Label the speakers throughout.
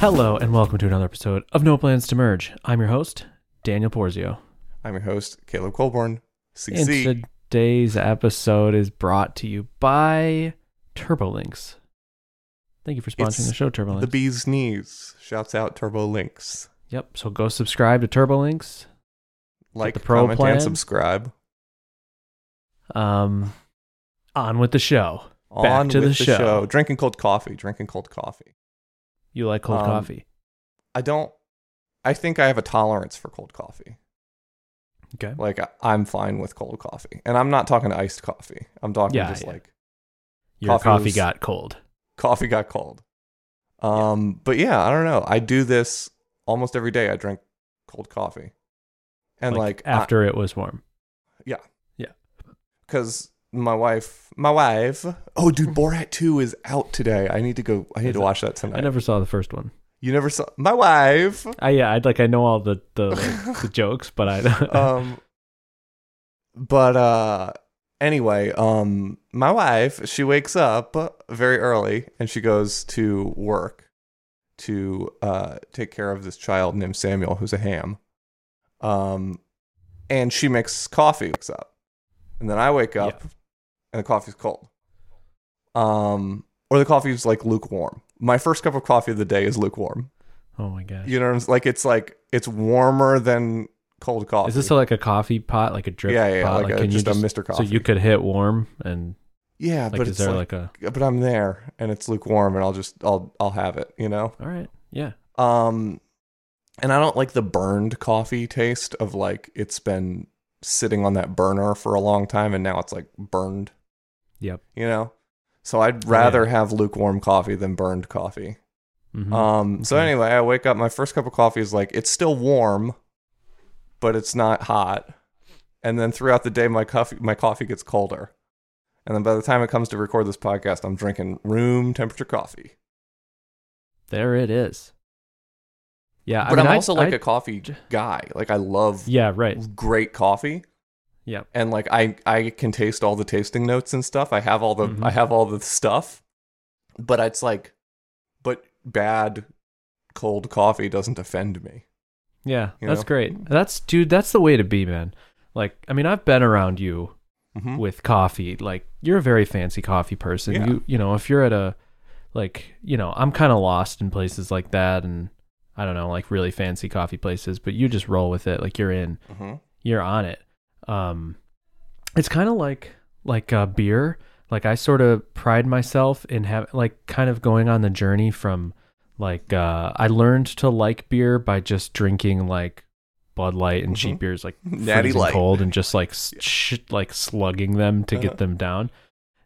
Speaker 1: Hello and welcome to another episode of No Plans to Merge. I'm your host, Daniel Porzio.
Speaker 2: I'm your host, Caleb Colborn.
Speaker 1: And
Speaker 2: CC.
Speaker 1: today's episode is brought to you by TurboLinks. Thank you for sponsoring
Speaker 2: It's
Speaker 1: the show, TurboLinks.
Speaker 2: the bee's knees. Shouts out Turbo Links.
Speaker 1: yep, so go subscribe to TurboLinks.
Speaker 2: Like,
Speaker 1: the pro
Speaker 2: comment,
Speaker 1: plan.
Speaker 2: and subscribe.
Speaker 1: Um, on with the show.
Speaker 2: On
Speaker 1: Back to
Speaker 2: with
Speaker 1: the show.
Speaker 2: Drinking cold coffee. Drinking cold coffee.
Speaker 1: You like cold
Speaker 2: Um,
Speaker 1: coffee.
Speaker 2: I don't. I think I have a tolerance for cold coffee.
Speaker 1: Okay.
Speaker 2: Like I- I'm fine with cold coffee, and I'm not talking iced coffee. I'm talking
Speaker 1: Yeah,
Speaker 2: just
Speaker 1: yeah.
Speaker 2: like
Speaker 1: Your
Speaker 2: coffee
Speaker 1: coffee
Speaker 2: was-
Speaker 1: got cold.
Speaker 2: coffee got cold. Um, but yeah, I don't know. I do this almost every day. I drink cold coffee, and like, I-
Speaker 1: after it was warm.
Speaker 2: because my wife, my wife. Oh, dude, Borat Two is out today. I need to go. I need
Speaker 1: Is
Speaker 2: to
Speaker 1: it?
Speaker 2: watch that tonight.
Speaker 1: I never saw the first one.
Speaker 2: you never saw my wife.
Speaker 1: I yeah, I'd like I know all the the, like, the jokes, but I don't.
Speaker 2: Um, but uh, anyway, um, my wife she wakes up very early and she goes to work to uh take care of this child named Samuel who's a ham. Um, and she makes coffee. Wakes up, and then I wake
Speaker 1: Yeah.
Speaker 2: up, and the coffee's cold. Um, or the coffee's like lukewarm. My first cup of coffee of the day is lukewarm.
Speaker 1: oh my gosh.
Speaker 2: You know what I'm s- like? It's like it's warmer than cold coffee.
Speaker 1: Is this like a coffee pot, like a drip
Speaker 2: yeah, yeah,
Speaker 1: pot?
Speaker 2: like, a,
Speaker 1: can you
Speaker 2: just, a Mr.
Speaker 1: So
Speaker 2: Coffee.
Speaker 1: you could hit warm and
Speaker 2: yeah,
Speaker 1: like,
Speaker 2: but
Speaker 1: is
Speaker 2: it's
Speaker 1: there
Speaker 2: like,
Speaker 1: like, a
Speaker 2: but I'm there and it's lukewarm and I'll just I'll I'll have it, you know.
Speaker 1: all right? Yeah,
Speaker 2: Um, and I don't like the burned coffee taste of like it's been sitting on that burner for a long time and now it's like burned.
Speaker 1: Yep.
Speaker 2: You know. So I'd
Speaker 1: Oh,
Speaker 2: rather have lukewarm coffee than burned coffee.
Speaker 1: Mhm.
Speaker 2: Um. So
Speaker 1: Okay.
Speaker 2: anyway, I wake up. My first cup of coffee is like it's still warm, but it's not hot. And then throughout the day, my coffee my coffee gets colder. And then by the time it comes to record this podcast, I'm drinking room temperature coffee.
Speaker 1: there it is. Yeah,
Speaker 2: But
Speaker 1: I
Speaker 2: I
Speaker 1: mean,
Speaker 2: am
Speaker 1: I-
Speaker 2: also like
Speaker 1: I-
Speaker 2: a coffee guy. Like I love
Speaker 1: yeah, right,
Speaker 2: great coffee.
Speaker 1: yeah,
Speaker 2: and like I I can taste all the tasting notes and stuff. I have all the
Speaker 1: Mhm.
Speaker 2: I have all the stuff, but it's like, but bad cold coffee doesn't offend me.
Speaker 1: yeah.
Speaker 2: You
Speaker 1: that's
Speaker 2: know?
Speaker 1: great. That's dude. That's the way to be, man. Like, I mean, I've been around you
Speaker 2: Mm-hmm.
Speaker 1: with coffee. Like, you're a very fancy coffee person.
Speaker 2: Yeah.
Speaker 1: You, you know, if you're at a, like, you know, I'm kind of lost in places like that, and I don't know, like really fancy coffee places. But you just roll with it. Like, you're in.
Speaker 2: Mm-hmm.
Speaker 1: you're on it. Um, it's kind of like like uh, beer. Like I sort of pride myself in having like kind of going on the journey from like uh, I learned to like beer by just drinking like Bud Light and cheap
Speaker 2: Mhm.
Speaker 1: beers like
Speaker 2: Natty
Speaker 1: freezing
Speaker 2: Light.
Speaker 1: cold and just like s sh- like slugging them to
Speaker 2: Uh-huh.
Speaker 1: get them down.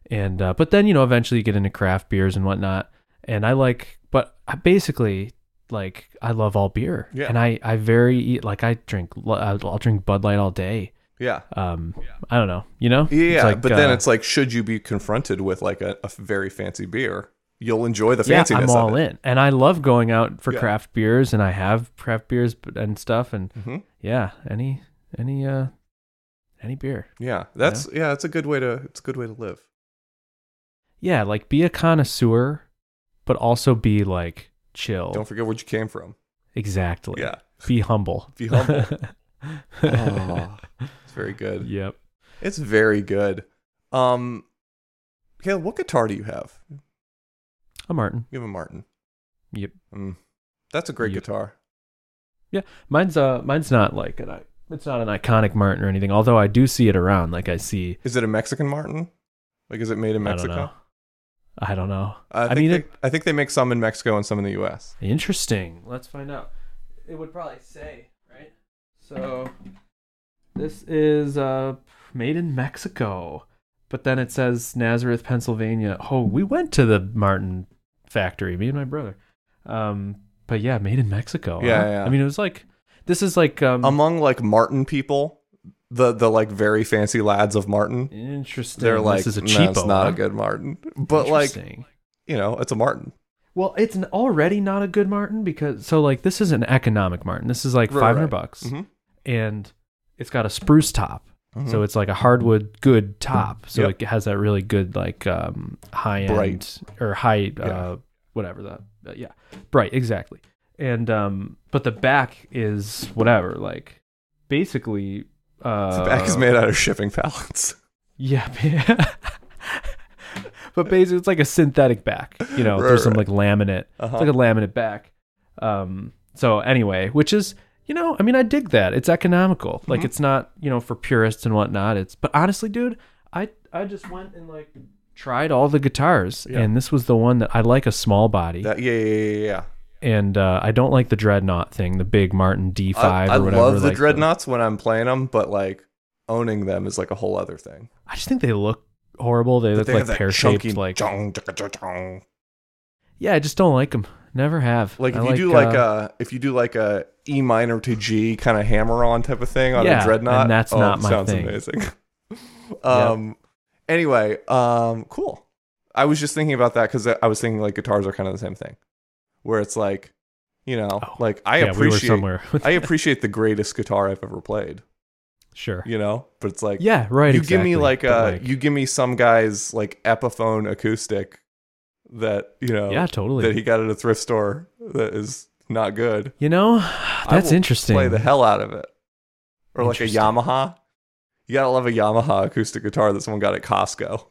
Speaker 1: And uh, but then you know eventually you get into craft beers and whatnot. And I like, but I basically like I love all beer.
Speaker 2: Yeah.
Speaker 1: And I I very eat like I drink I'll I'll drink Bud Light all day.
Speaker 2: Yeah,
Speaker 1: Um, I don't know, you know. It's
Speaker 2: yeah.
Speaker 1: like,
Speaker 2: but then
Speaker 1: uh,
Speaker 2: it's like, should you be confronted with like a, a very fancy beer, you'll enjoy the
Speaker 1: yeah,
Speaker 2: fanciness.
Speaker 1: I'm all
Speaker 2: of it.
Speaker 1: in, and I love going out for
Speaker 2: Yeah.
Speaker 1: craft beers, and I have craft beers b- and stuff, and
Speaker 2: Mm-hmm.
Speaker 1: yeah, any any uh any beer.
Speaker 2: Yeah, that's yeah. that's a good way to it's a good way to live.
Speaker 1: Yeah, like be a connoisseur, but also be like chill.
Speaker 2: Don't forget where you came from.
Speaker 1: exactly.
Speaker 2: Yeah,
Speaker 1: Be humble.
Speaker 2: Be humble. Oh, it's very good.
Speaker 1: Yep.
Speaker 2: It's very good. Um, Caleb, what guitar do you have?
Speaker 1: I'm Martin.
Speaker 2: You have a Martin.
Speaker 1: Yep.
Speaker 2: Mm. That's a great
Speaker 1: Yep.
Speaker 2: guitar.
Speaker 1: Mine's uh mine's not like an i- it's not an iconic Martin or anything. Although I do see it around. Like I see.
Speaker 2: Is it a Mexican Martin? Like, is it made in Mexico?
Speaker 1: I don't know. I don't know.
Speaker 2: I, think
Speaker 1: mean,
Speaker 2: they,
Speaker 1: it,
Speaker 2: I think they make some in Mexico and some in the U.S.
Speaker 1: Interesting. Let's find out. It would probably say, right? So this is uh made in Mexico. But then it says Nazareth, Pennsylvania. Oh, we went to the Martin factory, me and my brother. Um but yeah, made in Mexico. huh?
Speaker 2: Yeah, yeah.
Speaker 1: I mean it was like this is like um,
Speaker 2: Among like Martin people, the the like very fancy lads of Martin,
Speaker 1: interesting.
Speaker 2: they're like,
Speaker 1: this is a
Speaker 2: "No,
Speaker 1: cheapo.
Speaker 2: it's not
Speaker 1: huh?
Speaker 2: a good Martin. But like,
Speaker 1: Interesting.
Speaker 2: you know, it's a Martin.
Speaker 1: Well, it's n- already not a good Martin because so like this is an economic Martin. This is like
Speaker 2: Right,
Speaker 1: 500
Speaker 2: right.
Speaker 1: bucks.
Speaker 2: Mhm.
Speaker 1: and it's got a spruce top. So it's like a hardwood good top. So
Speaker 2: Mm-hmm. Yep.
Speaker 1: it has that really good like um high end
Speaker 2: Bright.
Speaker 1: or high
Speaker 2: Yeah.
Speaker 1: uh whatever that uh, yeah. Bright, exactly. and um, but the back is whatever. Like basically, uh,
Speaker 2: the back is made out of shipping pallets.
Speaker 1: Yeah, but basically, it's like a synthetic back. You know,
Speaker 2: Right,
Speaker 1: there's some like laminate.
Speaker 2: Uh-huh.
Speaker 1: It's like a laminate back. Um, so anyway, which is you know, I mean, I dig that. It's economical. Like
Speaker 2: Mhm.
Speaker 1: it's not you know for purists and whatnot. It's but honestly, dude, I I just went and like tried all the guitars,
Speaker 2: Yeah.
Speaker 1: and this was the one that I like a small body,
Speaker 2: That- yeah, yeah, yeah, yeah.
Speaker 1: and uh, I don't like the dreadnought thing, the big Martin D5
Speaker 2: I, I
Speaker 1: E or whatever.
Speaker 2: love the
Speaker 1: like
Speaker 2: dreadnoughts when I'm playing them, but like owning them is like a whole other thing.
Speaker 1: I just think they look horrible. They look
Speaker 2: They have
Speaker 1: like
Speaker 2: that
Speaker 1: pear shaped.
Speaker 2: chunky
Speaker 1: Like
Speaker 2: chong, chaka, chaka, chong.
Speaker 1: yeah, I just don't like them. Never have.
Speaker 2: Like
Speaker 1: I uh,
Speaker 2: if you do like uh, a if you do like a E minor to G kind of hammer on type of thing on
Speaker 1: Yeah,
Speaker 2: a dreadnought.
Speaker 1: and that's
Speaker 2: oh,
Speaker 1: not my
Speaker 2: sounds
Speaker 1: thing.
Speaker 2: amazing. um anyway, um cool. I was just thinking about that because I was thinking like guitars are kind of the same thing. Where it's like, you know,
Speaker 1: Oh.
Speaker 2: like I
Speaker 1: yeah, we
Speaker 2: appreciate
Speaker 1: were somewhere. with-
Speaker 2: I appreciate the greatest guitar I've ever played,
Speaker 1: sure.
Speaker 2: you know? But it's like
Speaker 1: Yeah, right.
Speaker 2: you give me
Speaker 1: exactly.
Speaker 2: like
Speaker 1: But,
Speaker 2: uh you give me some guy's like epiphone acoustic that you know
Speaker 1: yeah, totally.
Speaker 2: that he got at a thrift store that is not good
Speaker 1: you know, that's
Speaker 2: will
Speaker 1: interesting.
Speaker 2: play the hell out of it or like a
Speaker 1: Interesting.
Speaker 2: yamaha you gotta love a yamaha acoustic guitar that someone got at costco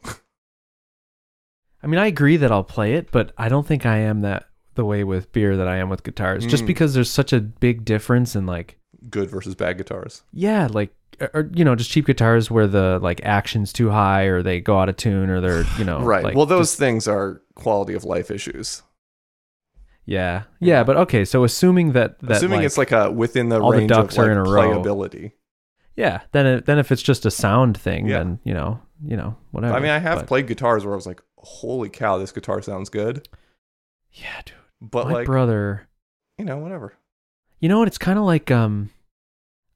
Speaker 1: I mean, I agree that I'll play it, but I don't think I am that the way with beer that I am with guitars. Just
Speaker 2: Mm.
Speaker 1: because there's such a big difference in like,
Speaker 2: good versus bad guitars
Speaker 1: yeah, like or- or you know, just cheap guitars where the like action's too high or they go out of tune or they're you know
Speaker 2: right
Speaker 1: Oh, like,
Speaker 2: well those
Speaker 1: just-
Speaker 2: things are quality of life issues
Speaker 1: yeah yeah but okay so assuming that that
Speaker 2: assuming
Speaker 1: like,
Speaker 2: it's like a within the
Speaker 1: all the
Speaker 2: range
Speaker 1: ducks
Speaker 2: of like
Speaker 1: are in a row.
Speaker 2: playability
Speaker 1: yeah then it, then if it's just a sound thing
Speaker 2: Yeah.
Speaker 1: then you know you know whatever
Speaker 2: i mean i have
Speaker 1: but,
Speaker 2: played guitars where i was like holy cow this guitar sounds good
Speaker 1: yeah dude
Speaker 2: but
Speaker 1: my
Speaker 2: like
Speaker 1: brother
Speaker 2: you know whatever
Speaker 1: You know what? It's kind of like um,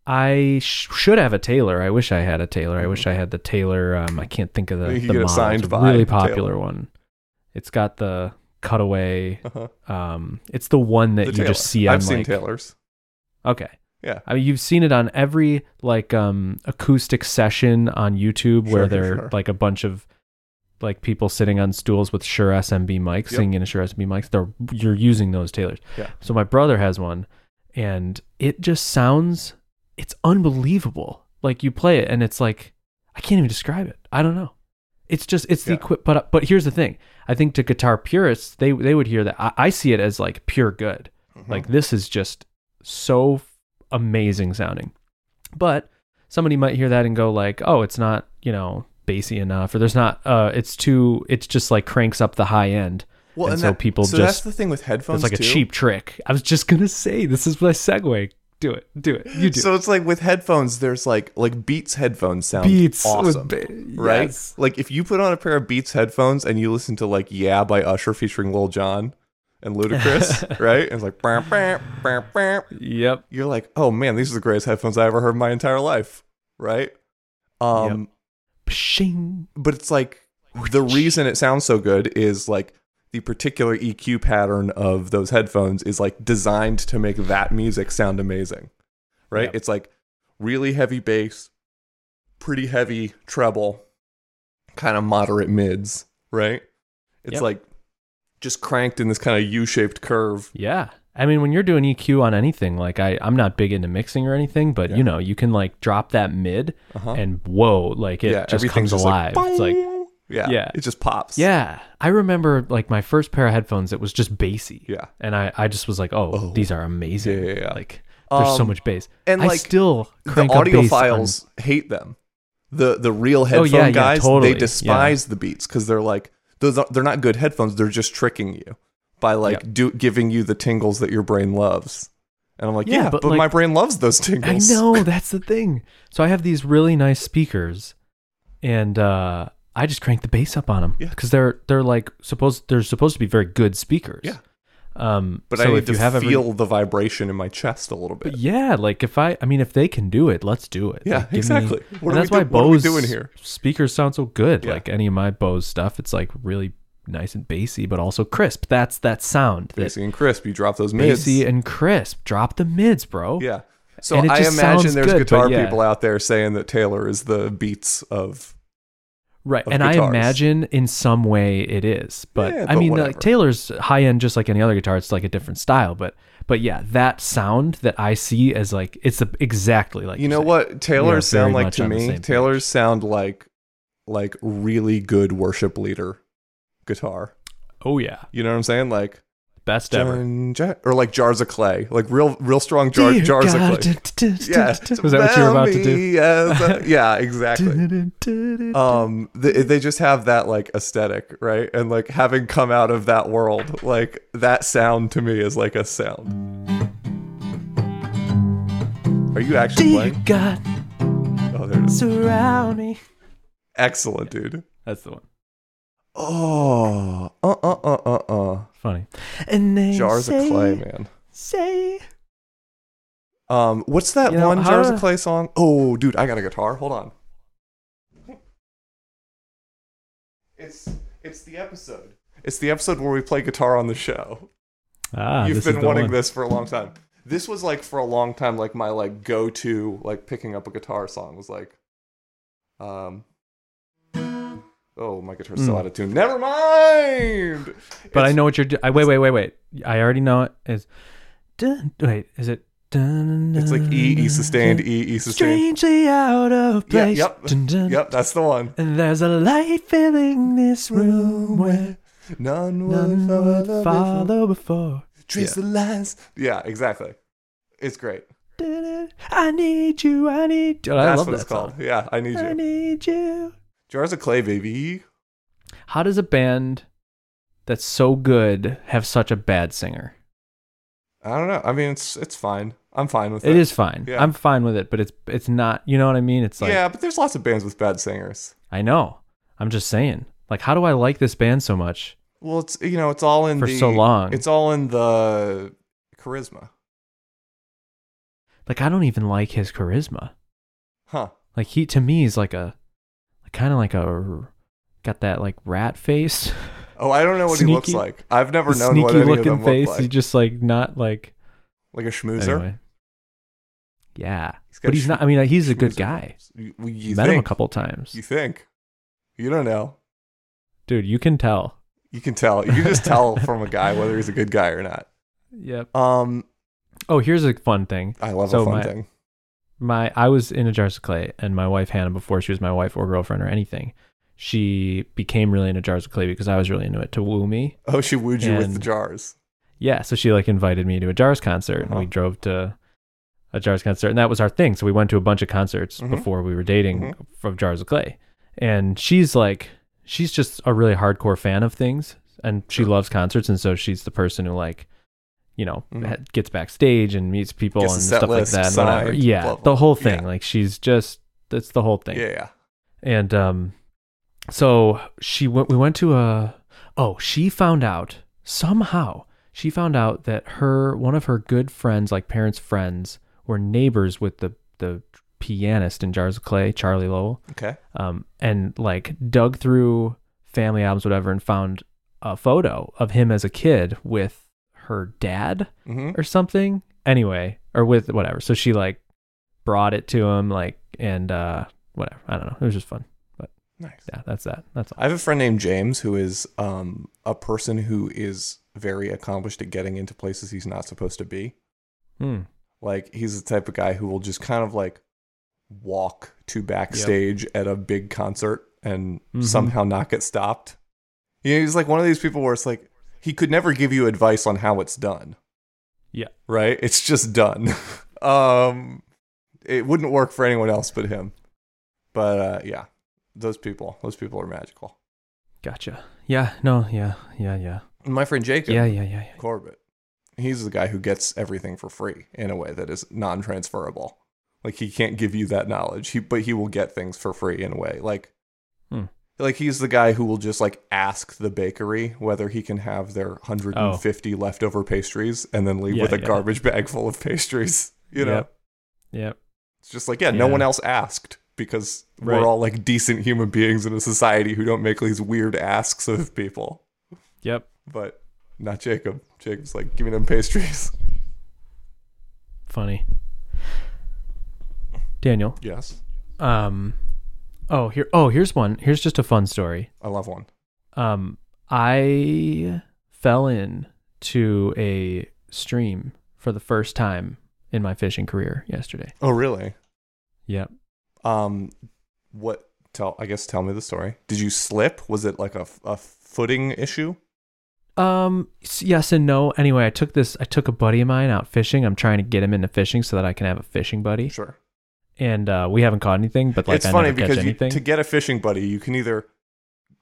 Speaker 1: I sh- should have a Taylor. I wish I had a Taylor. I wish I had the Taylor. Um, I can't think of the,
Speaker 2: You
Speaker 1: the
Speaker 2: get it
Speaker 1: model.
Speaker 2: signed
Speaker 1: it's a
Speaker 2: by
Speaker 1: really
Speaker 2: Taylor.
Speaker 1: popular one. It's got the cutaway.
Speaker 2: uh-huh.
Speaker 1: Um, it's the one that
Speaker 2: The
Speaker 1: you
Speaker 2: Taylor.
Speaker 1: just see. On,
Speaker 2: I've seen
Speaker 1: like-
Speaker 2: Taylors.
Speaker 1: Okay.
Speaker 2: Yeah.
Speaker 1: I mean, you've seen it on every like um acoustic session on YouTube where
Speaker 2: Sure,
Speaker 1: they're
Speaker 2: sure.
Speaker 1: like a bunch of like people sitting on stools with Shure SMB mics,
Speaker 2: Yep.
Speaker 1: singing into Shure SMB mics. They're you're using those Taylors.
Speaker 2: Yeah.
Speaker 1: So my brother has one, and it just sounds it's unbelievable. Like you play it, and it's like I can't even describe it. I don't know. It's just it's
Speaker 2: Yeah.
Speaker 1: the equi- but but here's the thing. I think to guitar purists, they they would hear that. I, I see it as like pure good.
Speaker 2: Mm-hmm.
Speaker 1: Like this is just so f- amazing sounding. But somebody might hear that and go like, "Oh, it's not, you know, bassy enough or there's not uh it's too it's just like cranks up the high end." and so people
Speaker 2: so that's
Speaker 1: just
Speaker 2: the thing with headphones.
Speaker 1: it's like a
Speaker 2: too.
Speaker 1: cheap trick. I was just going to say this is my segue. Do it. Do it. You do.
Speaker 2: So it's like with headphones, there's like like Beats headphones sound
Speaker 1: Beats
Speaker 2: awesome,
Speaker 1: with ba-
Speaker 2: right?
Speaker 1: yes.
Speaker 2: Like if you put on a pair of Beats headphones and you listen to like Yeah by Usher featuring Lil Jon and Ludacris, right? And it's like bam, bam, bam, bam.
Speaker 1: yep.
Speaker 2: you're like, oh man, these are the greatest headphones I ever heard in my entire life, right? Um,
Speaker 1: Pshing.
Speaker 2: but it's like the reason it sounds so good is like the particular EQ pattern of those headphones is like designed to make that music sound amazing, right?
Speaker 1: Yep.
Speaker 2: It's like really heavy bass, pretty heavy treble, kind of moderate mids, right? It's
Speaker 1: Yep.
Speaker 2: like just cranked in this kind of U-shaped curve.
Speaker 1: Yeah. I mean, when you're doing EQ on anything, like I, I'm not big into mixing or anything, but
Speaker 2: Yeah.
Speaker 1: you know, you can like drop that mid
Speaker 2: Uh-huh.
Speaker 1: and whoa, like it just comes alive. it's like,
Speaker 2: "Boing." yeah,
Speaker 1: Yeah.
Speaker 2: it just pops.
Speaker 1: yeah. I remember like my first pair of headphones, it was just bassy.
Speaker 2: yeah.
Speaker 1: And I, I just was like, oh,
Speaker 2: Oh.
Speaker 1: these are amazing.
Speaker 2: Yeah, yeah, yeah.
Speaker 1: Like, there's so
Speaker 2: Um,
Speaker 1: much bass.
Speaker 2: and,
Speaker 1: I
Speaker 2: like,
Speaker 1: still
Speaker 2: the
Speaker 1: crank up
Speaker 2: audio
Speaker 1: bass on- Oh,
Speaker 2: files hate them. The the real headphone
Speaker 1: yeah, yeah,
Speaker 2: guys
Speaker 1: totally,
Speaker 2: they despise the beats because they're like those are, they're not good headphones. They're just tricking you by like do, giving you the tingles that your brain loves. And I'm like, yeah,
Speaker 1: Yeah,
Speaker 2: but,
Speaker 1: but, like-
Speaker 2: my brain loves those tingles.
Speaker 1: I know that's the thing. So I have these really nice speakers, and uh, I just crank the bass up on them
Speaker 2: Yeah.
Speaker 1: because they're they're like supposed they're supposed to be very good speakers.
Speaker 2: Yeah.
Speaker 1: Um,
Speaker 2: But
Speaker 1: so
Speaker 2: I
Speaker 1: if
Speaker 2: need to
Speaker 1: you have every-
Speaker 2: feel the vibration in my chest a little
Speaker 1: but
Speaker 2: bit.
Speaker 1: yeah, like if I, I mean, if they can do it, let's do it.
Speaker 2: Yeah,
Speaker 1: Like, give me-
Speaker 2: exactly. What
Speaker 1: and
Speaker 2: are we
Speaker 1: that's why
Speaker 2: do- what are we
Speaker 1: Bose
Speaker 2: doing here?
Speaker 1: speakers sound so good.
Speaker 2: Yeah.
Speaker 1: Like any of my Bose stuff, it's like really nice and bassy, but also crisp. That's that sound. that
Speaker 2: Bassy and crisp. You drop those mids.
Speaker 1: bassy and crisp. Drop the mids, bro.
Speaker 2: yeah. So
Speaker 1: and it
Speaker 2: I
Speaker 1: just
Speaker 2: imagine
Speaker 1: sounds
Speaker 2: there's
Speaker 1: good, but
Speaker 2: guitar
Speaker 1: yeah.
Speaker 2: people out there saying that Taylor is the beats of
Speaker 1: Right.
Speaker 2: of
Speaker 1: And I
Speaker 2: guitars.
Speaker 1: imagine in some way it is. But
Speaker 2: Yeah,
Speaker 1: I
Speaker 2: but
Speaker 1: mean
Speaker 2: whatever.
Speaker 1: like Taylor's high end just like any other guitar, it's like a different style, but But yeah, that sound that I see as like it's a, exactly like
Speaker 2: you know
Speaker 1: say.
Speaker 2: what
Speaker 1: very
Speaker 2: Taylors sound like
Speaker 1: much
Speaker 2: to
Speaker 1: on the
Speaker 2: me?
Speaker 1: same
Speaker 2: Taylors sound like like really good worship leader guitar.
Speaker 1: Oh yeah,
Speaker 2: You know what I'm saying? Like
Speaker 1: best ever.
Speaker 2: Jan- Jan- or like jars of clay, like real real strong jar,
Speaker 1: Dear
Speaker 2: jars
Speaker 1: God,
Speaker 2: of clay.
Speaker 1: du- du- du-
Speaker 2: Yeah,
Speaker 1: du- du- was that what you were about to do?
Speaker 2: me as a- yeah, exactly.
Speaker 1: Du- du- du- du-
Speaker 2: Um, they, they just have that like aesthetic, right? And like having come out of that world, like that sound to me is like a sound. Are you actually
Speaker 1: Dear
Speaker 2: playing?
Speaker 1: God,
Speaker 2: Oh, there it is.
Speaker 1: surround me.
Speaker 2: Excellent, dude.
Speaker 1: That's the one.
Speaker 2: Oh, uh, uh, uh, uh, uh.
Speaker 1: Funny. And they
Speaker 2: Jars
Speaker 1: say,
Speaker 2: of clay, man.
Speaker 1: Say
Speaker 2: Um, what's that
Speaker 1: You know,
Speaker 2: one
Speaker 1: how
Speaker 2: Jars
Speaker 1: do-
Speaker 2: of Clay song? Oh, dude, I got a guitar. Hold on. It's it's the episode. It's the episode where we play guitar on the show.
Speaker 1: ah,
Speaker 2: You've
Speaker 1: this
Speaker 2: been
Speaker 1: is the
Speaker 2: wanting
Speaker 1: one.
Speaker 2: this for a long time. This was like for a long time, like my like go to like picking up a guitar song was like, um. Oh, my guitar's still
Speaker 1: Mm.
Speaker 2: out of tune. Never mind.
Speaker 1: But I
Speaker 2: It's-
Speaker 1: know what you're doing. I wait, wait, wait, wait. I already know it is. Dun, wait, is it? Dun,
Speaker 2: It's like E, E sustained, E, E sustained.
Speaker 1: Strangely out of
Speaker 2: Yeah,
Speaker 1: place.
Speaker 2: yep.
Speaker 1: Dun, dun.
Speaker 2: Yep, that's the one.
Speaker 1: And there's a light filling this room where
Speaker 2: none
Speaker 1: none would
Speaker 2: follow.
Speaker 1: follow before.
Speaker 2: Trace the lines. Yeah, exactly. It's great.
Speaker 1: Dun, dun. I need you. I need. Dude, I
Speaker 2: That's
Speaker 1: love
Speaker 2: what
Speaker 1: that
Speaker 2: it's
Speaker 1: song.
Speaker 2: called. Yeah, I need
Speaker 1: I
Speaker 2: you.
Speaker 1: need you.
Speaker 2: Jars of clay, baby.
Speaker 1: How does a band that's so good have such a bad singer?
Speaker 2: I don't know. I mean, it's it's fine. I'm fine with
Speaker 1: It is fine.
Speaker 2: Yeah.
Speaker 1: I'm fine with it, but it's it's not. You know what I mean? It's like
Speaker 2: yeah, but there's lots of bands with bad singers.
Speaker 1: I know. I'm just saying. Like, how do I like this band so much?
Speaker 2: Well, it's you know, it's all in
Speaker 1: For
Speaker 2: the,
Speaker 1: so long.
Speaker 2: It's all in the charisma,
Speaker 1: Like, I don't even like his charisma.
Speaker 2: huh?
Speaker 1: Like, he to me is like a, kind of like a, got that like rat face,
Speaker 2: Oh, I don't know what he looks
Speaker 1: Sneaky-
Speaker 2: like. I've never known what
Speaker 1: sneaky
Speaker 2: any of them
Speaker 1: looking face.
Speaker 2: look
Speaker 1: He's
Speaker 2: like.
Speaker 1: just like not like
Speaker 2: Like a schmoozer.
Speaker 1: anyway. Yeah,
Speaker 2: He's got
Speaker 1: but he's
Speaker 2: schmoo-
Speaker 1: not. I mean, he's a good
Speaker 2: schmoozer
Speaker 1: guy.
Speaker 2: vibes. You, well, you
Speaker 1: Met him a
Speaker 2: think.
Speaker 1: couple times,
Speaker 2: You think? You don't know.
Speaker 1: dude. You can tell.
Speaker 2: You can tell. You can just tell from a guy whether he's a good guy or not.
Speaker 1: Yep.
Speaker 2: Um,
Speaker 1: Oh, here's a fun thing.
Speaker 2: I love
Speaker 1: So
Speaker 2: a fun
Speaker 1: my-
Speaker 2: thing.
Speaker 1: my I was in a jars of clay, and my wife Hannah, before she was my wife or girlfriend or anything, she became really into jars of clay because I was really into it to woo me.
Speaker 2: Oh, she wooed you with the
Speaker 1: and-
Speaker 2: jars.
Speaker 1: Yeah, so she like invited me to a jars concert, and we
Speaker 2: Uh-huh.
Speaker 1: drove to a jars concert, and that was our thing. So we went to a bunch of concerts
Speaker 2: Mhm.
Speaker 1: before we were dating from jars of clay, and she's like, she's just a really hardcore fan of things, and she
Speaker 2: Sure.
Speaker 1: loves concerts, and so she's the person who like. You know,
Speaker 2: Mhm.
Speaker 1: ha- gets backstage and meets people
Speaker 2: Gets the
Speaker 1: and
Speaker 2: set
Speaker 1: stuff like
Speaker 2: list
Speaker 1: that. And whatever.
Speaker 2: signed,
Speaker 1: Yeah,
Speaker 2: blah, blah.
Speaker 1: the whole
Speaker 2: Yeah.
Speaker 1: thing. Like she's just that's the whole thing
Speaker 2: Yeah, yeah.
Speaker 1: and um so she went we went to a oh she found out somehow she found out that her one of her good friends like parents friends were neighbors with the the pianist in jars of clay charlie lowell
Speaker 2: Okay.
Speaker 1: um and like dug through family albums whatever and found a photo of him as a kid with her dad
Speaker 2: hmm
Speaker 1: or something anyway or with whatever so she like brought it to him like and uh whatever i don't know it was just fun
Speaker 2: Nice.
Speaker 1: yeah, that's that. That's all.
Speaker 2: I have a friend named James who is um, a person who is very accomplished at getting into places he's not supposed to be.
Speaker 1: Hmm.
Speaker 2: Like he's the type of guy who will just kind of like walk to backstage at a big concert and
Speaker 1: Mhm.
Speaker 2: somehow not get stopped. You know, he's like one of these people where it's like he could never give you advice on how it's done.
Speaker 1: Yeah.
Speaker 2: Right? It's just done. um it wouldn't work for anyone else but him. But uh yeah. Those people, those people are magical.
Speaker 1: Gotcha. Yeah. No. Yeah. Yeah. Yeah.
Speaker 2: My friend Jacob
Speaker 1: Yeah. Yeah. Yeah. yeah.
Speaker 2: Corbett. He's the guy who gets everything for free in a way that is non-transferable. Like he can't give you that knowledge, he, but he will get things for free in a way. Like,
Speaker 1: Hmm.
Speaker 2: like he's the guy who will just like ask the bakery whether he can have their 150 leftover pastries and then leave
Speaker 1: Oh. Yeah,
Speaker 2: with a
Speaker 1: yeah.
Speaker 2: garbage bag full of pastries. You know,
Speaker 1: Yep. Yep.
Speaker 2: it's just like yeah, no
Speaker 1: Yeah.
Speaker 2: one else asked because
Speaker 1: Right.
Speaker 2: we're all like decent human beings in a society who don't make these weird asks of people.
Speaker 1: Yep.
Speaker 2: But not Jacob. Jacob's like, give me them pastries.
Speaker 1: Funny. Daniel.
Speaker 2: Yes.
Speaker 1: Um. Oh here. Oh here's one. Here's just a fun story.
Speaker 2: I love one.
Speaker 1: Um. I fell in to a stream for the first time in my fishing career yesterday.
Speaker 2: Oh, really?
Speaker 1: Yep.
Speaker 2: Um, what? Tell. I guess tell me the story. Did you slip? Was it like a, a footing issue?
Speaker 1: Um. s- Yes and no. Anyway, I took this. I took a buddy of mine out fishing. I'm trying to get him into fishing so that I can have a fishing buddy.
Speaker 2: Sure.
Speaker 1: And uh, we haven't caught anything, but like
Speaker 2: it's
Speaker 1: I
Speaker 2: funny
Speaker 1: never catch
Speaker 2: because you,
Speaker 1: anything.
Speaker 2: to get a fishing buddy, you can either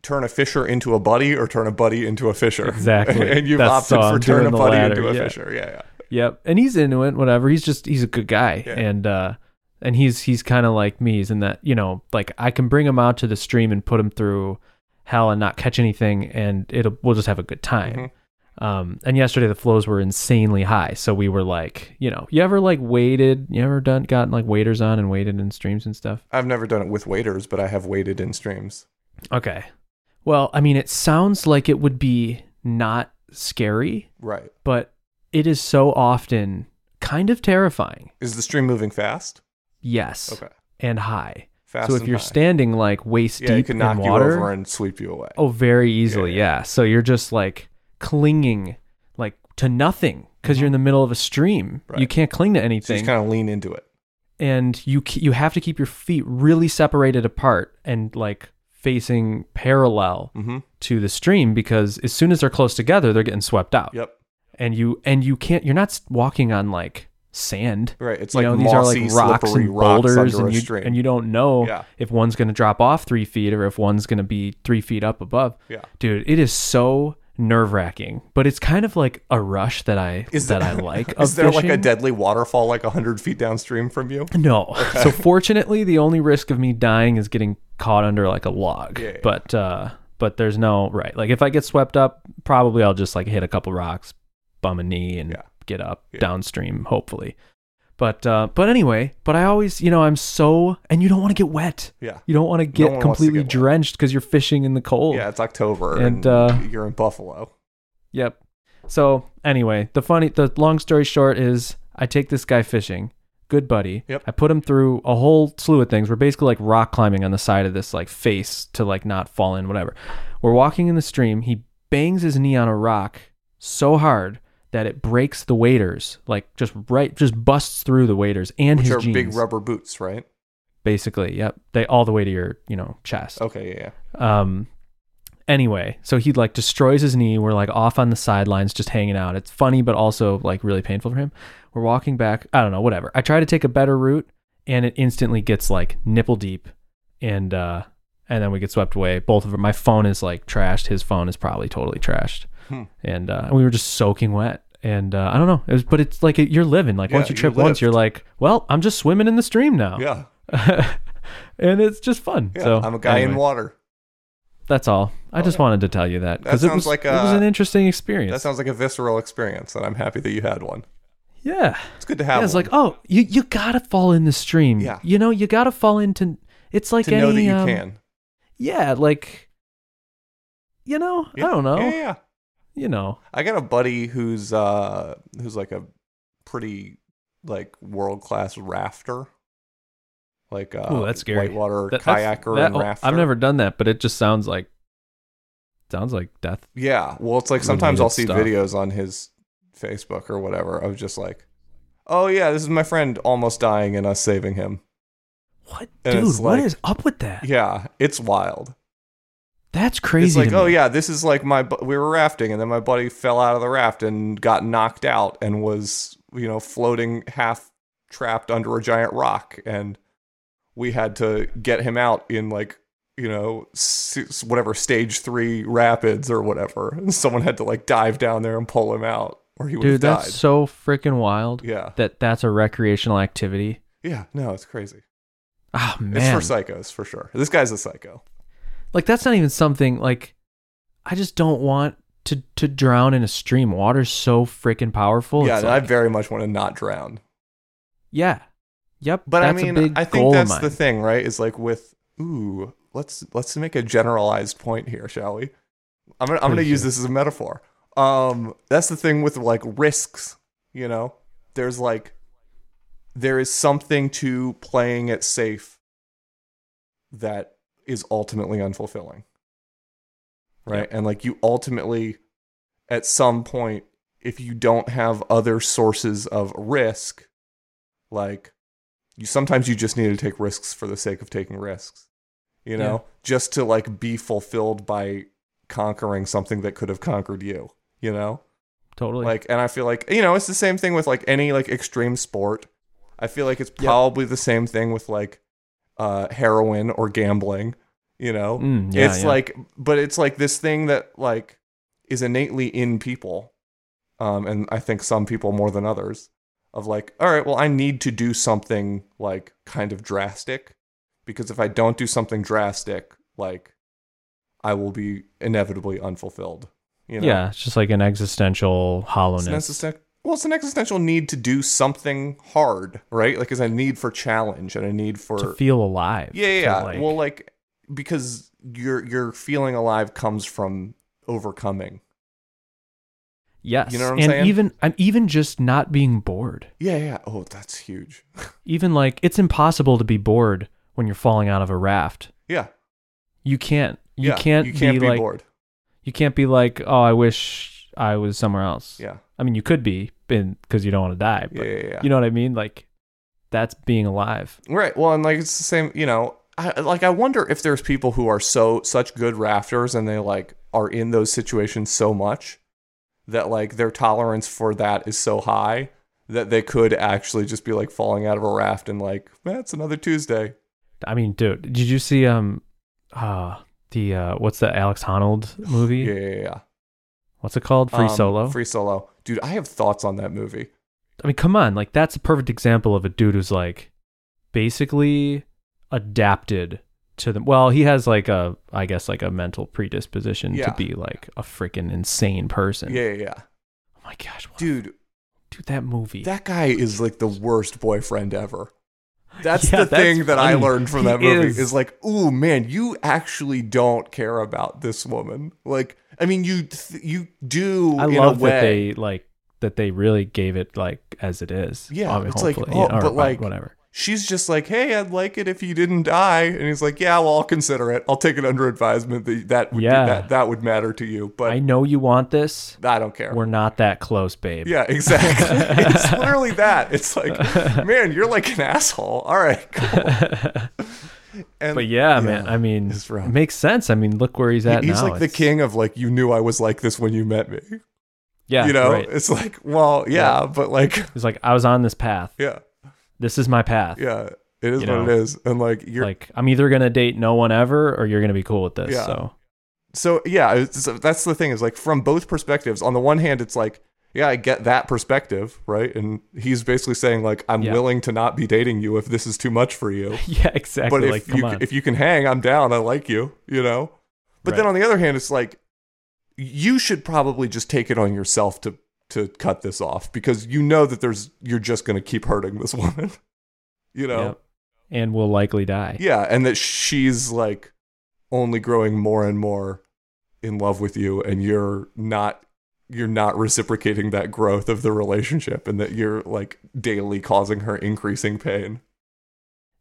Speaker 2: turn a fisher into a buddy or turn a buddy into a fisher.
Speaker 1: Exactly.
Speaker 2: and you've
Speaker 1: That's- so
Speaker 2: opted for
Speaker 1: I'm
Speaker 2: turn
Speaker 1: doing
Speaker 2: a
Speaker 1: the
Speaker 2: buddy
Speaker 1: latter,
Speaker 2: into a
Speaker 1: yeah.
Speaker 2: fisher. Yeah, yeah.
Speaker 1: Yep. And he's into it, whatever. He's just he's a good guy.
Speaker 2: Yeah.
Speaker 1: And uh and he's he's kinda like me, he's in that, you know, like I can bring him out to the stream and put him through hell and not catch anything and it'll we'll just have a good time.
Speaker 2: Mhm.
Speaker 1: Um and yesterday the flows were insanely high. So we were like, you know, you ever like waited you ever done gotten like waders on and waited in streams and stuff?
Speaker 2: I've never done it with waiters, but I have waited in streams.
Speaker 1: Okay. Well, I mean it sounds like it would be not scary,
Speaker 2: Right.
Speaker 1: but it is so often kind of terrifying.
Speaker 2: Is the stream moving fast?
Speaker 1: Yes.
Speaker 2: Okay.
Speaker 1: and high.
Speaker 2: Fast.
Speaker 1: so if
Speaker 2: and
Speaker 1: you're
Speaker 2: high.
Speaker 1: standing like waist
Speaker 2: yeah, you
Speaker 1: deep
Speaker 2: can
Speaker 1: in
Speaker 2: knock
Speaker 1: water,
Speaker 2: you over and sweep you away.
Speaker 1: oh, very easily,
Speaker 2: Yeah,
Speaker 1: yeah, So you're just like clinging like to nothing because you're in the middle of a stream. You
Speaker 2: Mm-hmm. Right.
Speaker 1: can't cling to
Speaker 2: so you
Speaker 1: anything,
Speaker 2: just kind of lean into it.
Speaker 1: and you ke- you have to keep your feet really separated apart and like facing parallel
Speaker 2: Mm-hmm.
Speaker 1: to the stream because as soon as they're close together, they're getting swept out.
Speaker 2: Yep.
Speaker 1: And you and you can't. You're not s- walking on like sand.
Speaker 2: Right. It's
Speaker 1: you
Speaker 2: like
Speaker 1: know, these are
Speaker 2: mossy,
Speaker 1: like rocks
Speaker 2: slippery
Speaker 1: and
Speaker 2: rocks
Speaker 1: boulders,
Speaker 2: under
Speaker 1: and
Speaker 2: a
Speaker 1: you
Speaker 2: stream.
Speaker 1: and you don't know
Speaker 2: Yeah.
Speaker 1: if one's going to drop off three feet or if one's going to be three feet up above.
Speaker 2: yeah.
Speaker 1: Dude, it is so nerve wracking, but it's kind of like a rush that I
Speaker 2: Is
Speaker 1: that
Speaker 2: there-
Speaker 1: I like.
Speaker 2: Is
Speaker 1: of
Speaker 2: there like a
Speaker 1: fishing.
Speaker 2: deadly waterfall like hundred feet downstream from you?
Speaker 1: No. So fortunately, the only risk of me dying is getting caught under like a log.
Speaker 2: Yeah, yeah.
Speaker 1: But uh, but there's no right. Like if I get swept up, probably I'll just like hit a couple rocks, bum a knee, and
Speaker 2: Yeah.
Speaker 1: get up
Speaker 2: Yeah.
Speaker 1: downstream. Hopefully. But uh, but anyway, but I always you know I'm so and you don't want to get wet.
Speaker 2: Yeah.
Speaker 1: You don't want to get
Speaker 2: one wants to
Speaker 1: completely
Speaker 2: get wet.
Speaker 1: drenched because you're fishing in the cold.
Speaker 2: Yeah, it's October and,
Speaker 1: And, uh,
Speaker 2: you're in Buffalo.
Speaker 1: Yep. So anyway, the funny, the long story short is, I take this guy fishing, good buddy.
Speaker 2: Yep.
Speaker 1: I put him through a whole slew of things. We're basically like rock climbing on the side of this like face to like not fall in, whatever. We're walking in the stream. He bangs his knee on a rock so hard that it breaks the waders, like just right, just busts through the waders and
Speaker 2: Which
Speaker 1: his
Speaker 2: are
Speaker 1: jeans.
Speaker 2: big rubber boots, right?
Speaker 1: Basically, yep. They all the way to your, you know, chest.
Speaker 2: Okay, yeah, yeah.
Speaker 1: Um, anyway, so he like destroys his knee. We're like off on the sidelines, just hanging out. It's funny, but also like really painful for him. We're walking back. I don't know, whatever. I try to take a better route, and it instantly gets like nipple deep, and uh, and then we get swept away. Both of them. My phone is like trashed. His phone is probably totally trashed,
Speaker 2: Hmm.
Speaker 1: and uh, we were just soaking wet. And uh, I don't know, it was, but it's like you're living. Like
Speaker 2: Yeah,
Speaker 1: once you
Speaker 2: you
Speaker 1: trip once,
Speaker 2: lived.
Speaker 1: you're like, well, I'm just swimming in the stream now,
Speaker 2: Yeah.
Speaker 1: and it's just fun.
Speaker 2: Yeah.
Speaker 1: so
Speaker 2: I'm a guy in
Speaker 1: anyway.
Speaker 2: water.
Speaker 1: That's all. I just wanted to tell you that
Speaker 2: That
Speaker 1: because it
Speaker 2: sounds
Speaker 1: was
Speaker 2: like
Speaker 1: it was
Speaker 2: a-
Speaker 1: an interesting
Speaker 2: That
Speaker 1: experience.
Speaker 2: sounds like a visceral experience, and I'm happy that you had one.
Speaker 1: yeah,
Speaker 2: It's good to
Speaker 1: yeah.
Speaker 2: have
Speaker 1: It's
Speaker 2: one.
Speaker 1: like oh, you you gotta fall in the stream.
Speaker 2: Yeah.
Speaker 1: you know you gotta fall into. It's like
Speaker 2: to
Speaker 1: any
Speaker 2: know that you
Speaker 1: um,
Speaker 2: can.
Speaker 1: yeah, like you know
Speaker 2: Yeah,
Speaker 1: I don't know
Speaker 2: Yeah, yeah.
Speaker 1: you know
Speaker 2: I got a buddy who's uh who's like a pretty like world class rafter. Like uh
Speaker 1: Ooh, that's scary.
Speaker 2: whitewater
Speaker 1: That- that's-
Speaker 2: kayaker
Speaker 1: that- oh,
Speaker 2: and rafter.
Speaker 1: I've never done that, but it just sounds like sounds like death.
Speaker 2: Yeah. Well, it's like sometimes
Speaker 1: Related
Speaker 2: I'll see
Speaker 1: stuff.
Speaker 2: videos on his Facebook or whatever of just like, oh, yeah, this is my friend almost dying and us saving him.
Speaker 1: What
Speaker 2: And
Speaker 1: dude?
Speaker 2: it's
Speaker 1: what
Speaker 2: like-
Speaker 1: is up with that?
Speaker 2: Yeah. It's wild.
Speaker 1: That's crazy.
Speaker 2: it's like,
Speaker 1: to
Speaker 2: oh,
Speaker 1: me.
Speaker 2: yeah, this is like my, bu- we were rafting and then my buddy fell out of the raft and got knocked out and was, you know, floating half trapped under a giant rock. And we had to get him out in like, you know, s- whatever stage three rapids or whatever. Someone had to like dive down there and pull him out or he would have
Speaker 1: dude,
Speaker 2: died.
Speaker 1: that's so freaking wild
Speaker 2: Yeah.
Speaker 1: that that's a recreational activity.
Speaker 2: Yeah. No, it's crazy.
Speaker 1: Oh man,
Speaker 2: It's for psychos for sure. This guy's a psycho.
Speaker 1: like that's not even something like i just don't want to to drown in a stream water's so freaking powerful
Speaker 2: yeah.
Speaker 1: It's
Speaker 2: and I
Speaker 1: like-
Speaker 2: very much want to not drown.
Speaker 1: yeah yep
Speaker 2: But
Speaker 1: that's
Speaker 2: I
Speaker 1: a
Speaker 2: mean,
Speaker 1: big
Speaker 2: I think
Speaker 1: goal of
Speaker 2: that's the
Speaker 1: mine.
Speaker 2: thing, right? Is like with, ooh, let's, let's make a generalized point here, shall we? I'm going to, I'm going to
Speaker 1: Please
Speaker 2: use
Speaker 1: do.
Speaker 2: this as a metaphor. Um, that's the thing with like risks, you know, there's like, there is something to playing it safe that is ultimately unfulfilling. Right. And like you ultimately, at some point, if you don't have other sources of risk, like you sometimes you just need to take risks for the sake of taking risks. You know, just to like be fulfilled by conquering something that could have conquered you, you know?
Speaker 1: Totally.
Speaker 2: like and i feel like you know it's the same thing with like any like extreme sport i feel like it's
Speaker 1: Yep.
Speaker 2: probably the same thing with like uh heroin or gambling you know
Speaker 1: Mm, yeah,
Speaker 2: it's
Speaker 1: yeah.
Speaker 2: like but it's like this thing that like is innately in people um and i think some people more than others of like all right well i need to do something like kind of drastic because if i don't do something drastic like i will be inevitably unfulfilled you know
Speaker 1: yeah, it's just like an existential
Speaker 2: it's an
Speaker 1: hollowness.
Speaker 2: existen- well, it's an existential need to do something hard, right? Like, it's a need for challenge and a need for
Speaker 1: to feel alive.
Speaker 2: yeah, yeah.
Speaker 1: to,
Speaker 2: yeah.
Speaker 1: like-
Speaker 2: well, like because your your feeling alive comes from overcoming.
Speaker 1: yes.
Speaker 2: you know what I'm
Speaker 1: and
Speaker 2: saying?
Speaker 1: even I'm even just not being bored.
Speaker 2: Yeah, yeah. Oh, that's huge.
Speaker 1: Even like it's impossible to be bored when you're falling out of a raft.
Speaker 2: Yeah,
Speaker 1: You can't. You
Speaker 2: yeah.
Speaker 1: can't.
Speaker 2: you can't be,
Speaker 1: like,
Speaker 2: bored.
Speaker 1: You can't be like, oh, I wish I was somewhere else.
Speaker 2: Yeah,
Speaker 1: I mean, you could be, because you don't want to die.
Speaker 2: yeah,
Speaker 1: But
Speaker 2: yeah, yeah.
Speaker 1: you know what I mean? Like that's being alive.
Speaker 2: Right. Well, and like it's the same, you know, I like I wonder if there's people who are so such good rafters and they like are in those situations so much that like their tolerance for that is so high that they could actually just be like falling out of a raft and like, that's another Tuesday.
Speaker 1: I mean, dude, did you see um, uh the uh what's the Alex Honnold movie?
Speaker 2: Yeah, yeah, yeah.
Speaker 1: What's it called? Free
Speaker 2: Um,
Speaker 1: Solo.
Speaker 2: Free solo. Dude, I have thoughts on that movie.
Speaker 1: I mean, come on, like that's a perfect example of a dude who's like basically adapted to the well, he has like a I guess like a mental predisposition
Speaker 2: Yeah.
Speaker 1: to be like a freaking insane person.
Speaker 2: Yeah, yeah, yeah.
Speaker 1: Oh my gosh, what a-
Speaker 2: Dude,
Speaker 1: dude, that movie.
Speaker 2: that guy is like the worst boyfriend ever. That's
Speaker 1: Yeah,
Speaker 2: the thing that I
Speaker 1: funny.
Speaker 2: learned from
Speaker 1: He
Speaker 2: that movie is,
Speaker 1: is.
Speaker 2: like, ooh man, you actually don't care about this woman. Like, I mean, you th- you do.
Speaker 1: I
Speaker 2: in
Speaker 1: love
Speaker 2: a way.
Speaker 1: that they like that they really gave it like as it is.
Speaker 2: Yeah,
Speaker 1: I mean,
Speaker 2: it's like,
Speaker 1: hopefully,
Speaker 2: oh,
Speaker 1: or
Speaker 2: but, like,
Speaker 1: whatever.
Speaker 2: She's just like, hey, I'd like it if you didn't die, and he's like, yeah, well, I'll consider it. I'll take it under advisement that that would
Speaker 1: Yeah.
Speaker 2: that that would matter to you, but
Speaker 1: I know you want this.
Speaker 2: I don't care.
Speaker 1: We're not that close, babe.
Speaker 2: Yeah, exactly. it's literally that. It's like, man, you're like an asshole. All right, cool. And
Speaker 1: But yeah, man, I mean,
Speaker 2: it's rough.
Speaker 1: it makes sense. I mean, look where he's at
Speaker 2: he's
Speaker 1: now.
Speaker 2: like the
Speaker 1: It's-
Speaker 2: king of like, you knew I was like this when you met me.
Speaker 1: Yeah,
Speaker 2: you know,
Speaker 1: right.
Speaker 2: it's like, well, yeah, but like,
Speaker 1: He's like, I was on this path.
Speaker 2: yeah,
Speaker 1: This is my path.
Speaker 2: yeah, it is
Speaker 1: You
Speaker 2: what
Speaker 1: know,
Speaker 2: it is, and like, you're
Speaker 1: Like, I'm either gonna date no one ever, or you're gonna be cool with this.
Speaker 2: Yeah.
Speaker 1: So
Speaker 2: so yeah. It's, so that's the thing is like from both perspectives. On the one hand, it's like, yeah, I get that perspective, right? And he's basically saying like, I'm
Speaker 1: Yeah.
Speaker 2: willing to not be dating you if this is too much for you.
Speaker 1: yeah, exactly.
Speaker 2: but if
Speaker 1: like, come
Speaker 2: you
Speaker 1: on.
Speaker 2: if you can hang, I'm down. I like you, you know. But then
Speaker 1: Right.
Speaker 2: on the other hand, it's like you should probably just take it on yourself to to cut this off because you know that there's you're just going to keep hurting this woman. You know.
Speaker 1: Yep. and will likely die.
Speaker 2: Yeah, and that she's like only growing more and more in love with you and you're not you're not reciprocating that growth of the relationship and that you're like daily causing her increasing pain.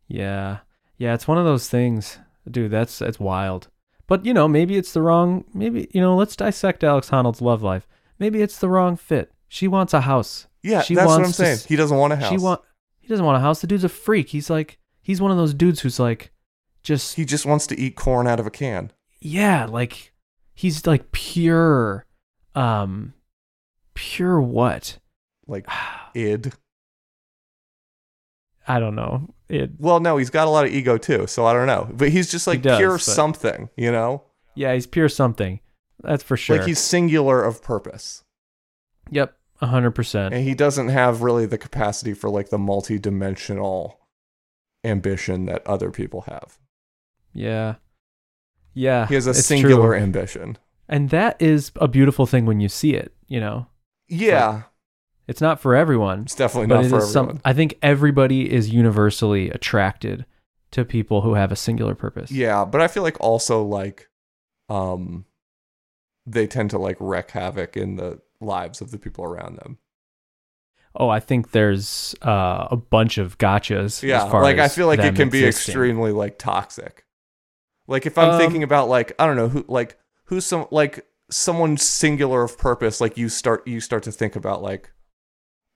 Speaker 1: Yeah. Yeah, it's one of those things. Dude, that's that's wild. But you know, maybe it's the wrong maybe you know, let's dissect Alex Honnold's love life. Maybe it's the wrong fit. She wants a house.
Speaker 2: Yeah,
Speaker 1: She
Speaker 2: that's what
Speaker 1: wants
Speaker 2: I'm
Speaker 1: to
Speaker 2: saying.
Speaker 1: s-
Speaker 2: He doesn't want a house.
Speaker 1: She want he doesn't want a house. The dude's a freak. He's like he's one of those dudes who's like just
Speaker 2: He just wants to eat corn out of a can.
Speaker 1: yeah, like he's like pure um pure what?
Speaker 2: Like id.
Speaker 1: I don't know. It
Speaker 2: Well, no, he's got a lot of ego too, so I don't know. But he's just like
Speaker 1: does,
Speaker 2: pure
Speaker 1: but-
Speaker 2: something, you know?
Speaker 1: yeah, he's pure something. That's for sure.
Speaker 2: Like he's singular of purpose.
Speaker 1: yep, 100%.
Speaker 2: And he doesn't have really the capacity for like the multi-dimensional ambition that other people have.
Speaker 1: Yeah. Yeah.
Speaker 2: He has a
Speaker 1: Ah, it's true.
Speaker 2: singular ambition.
Speaker 1: And that is a beautiful thing when you see it, you know.
Speaker 2: Yeah,
Speaker 1: It's not for everyone,
Speaker 2: it's definitely
Speaker 1: but
Speaker 2: not
Speaker 1: it
Speaker 2: for everyone.
Speaker 1: is some I think everybody is universally attracted to people who have a singular purpose.
Speaker 2: Yeah, but I feel like also like um they tend to like wreak havoc in the lives of the people around them.
Speaker 1: Oh, I think there's uh, a bunch of gotchas
Speaker 2: Yeah,
Speaker 1: as far
Speaker 2: like I
Speaker 1: as
Speaker 2: feel like
Speaker 1: them
Speaker 2: it can be
Speaker 1: existing.
Speaker 2: extremely like toxic. Like if I'm
Speaker 1: Um,
Speaker 2: thinking about like I don't know who like who's some like someone singular of purpose like you start you start to think about like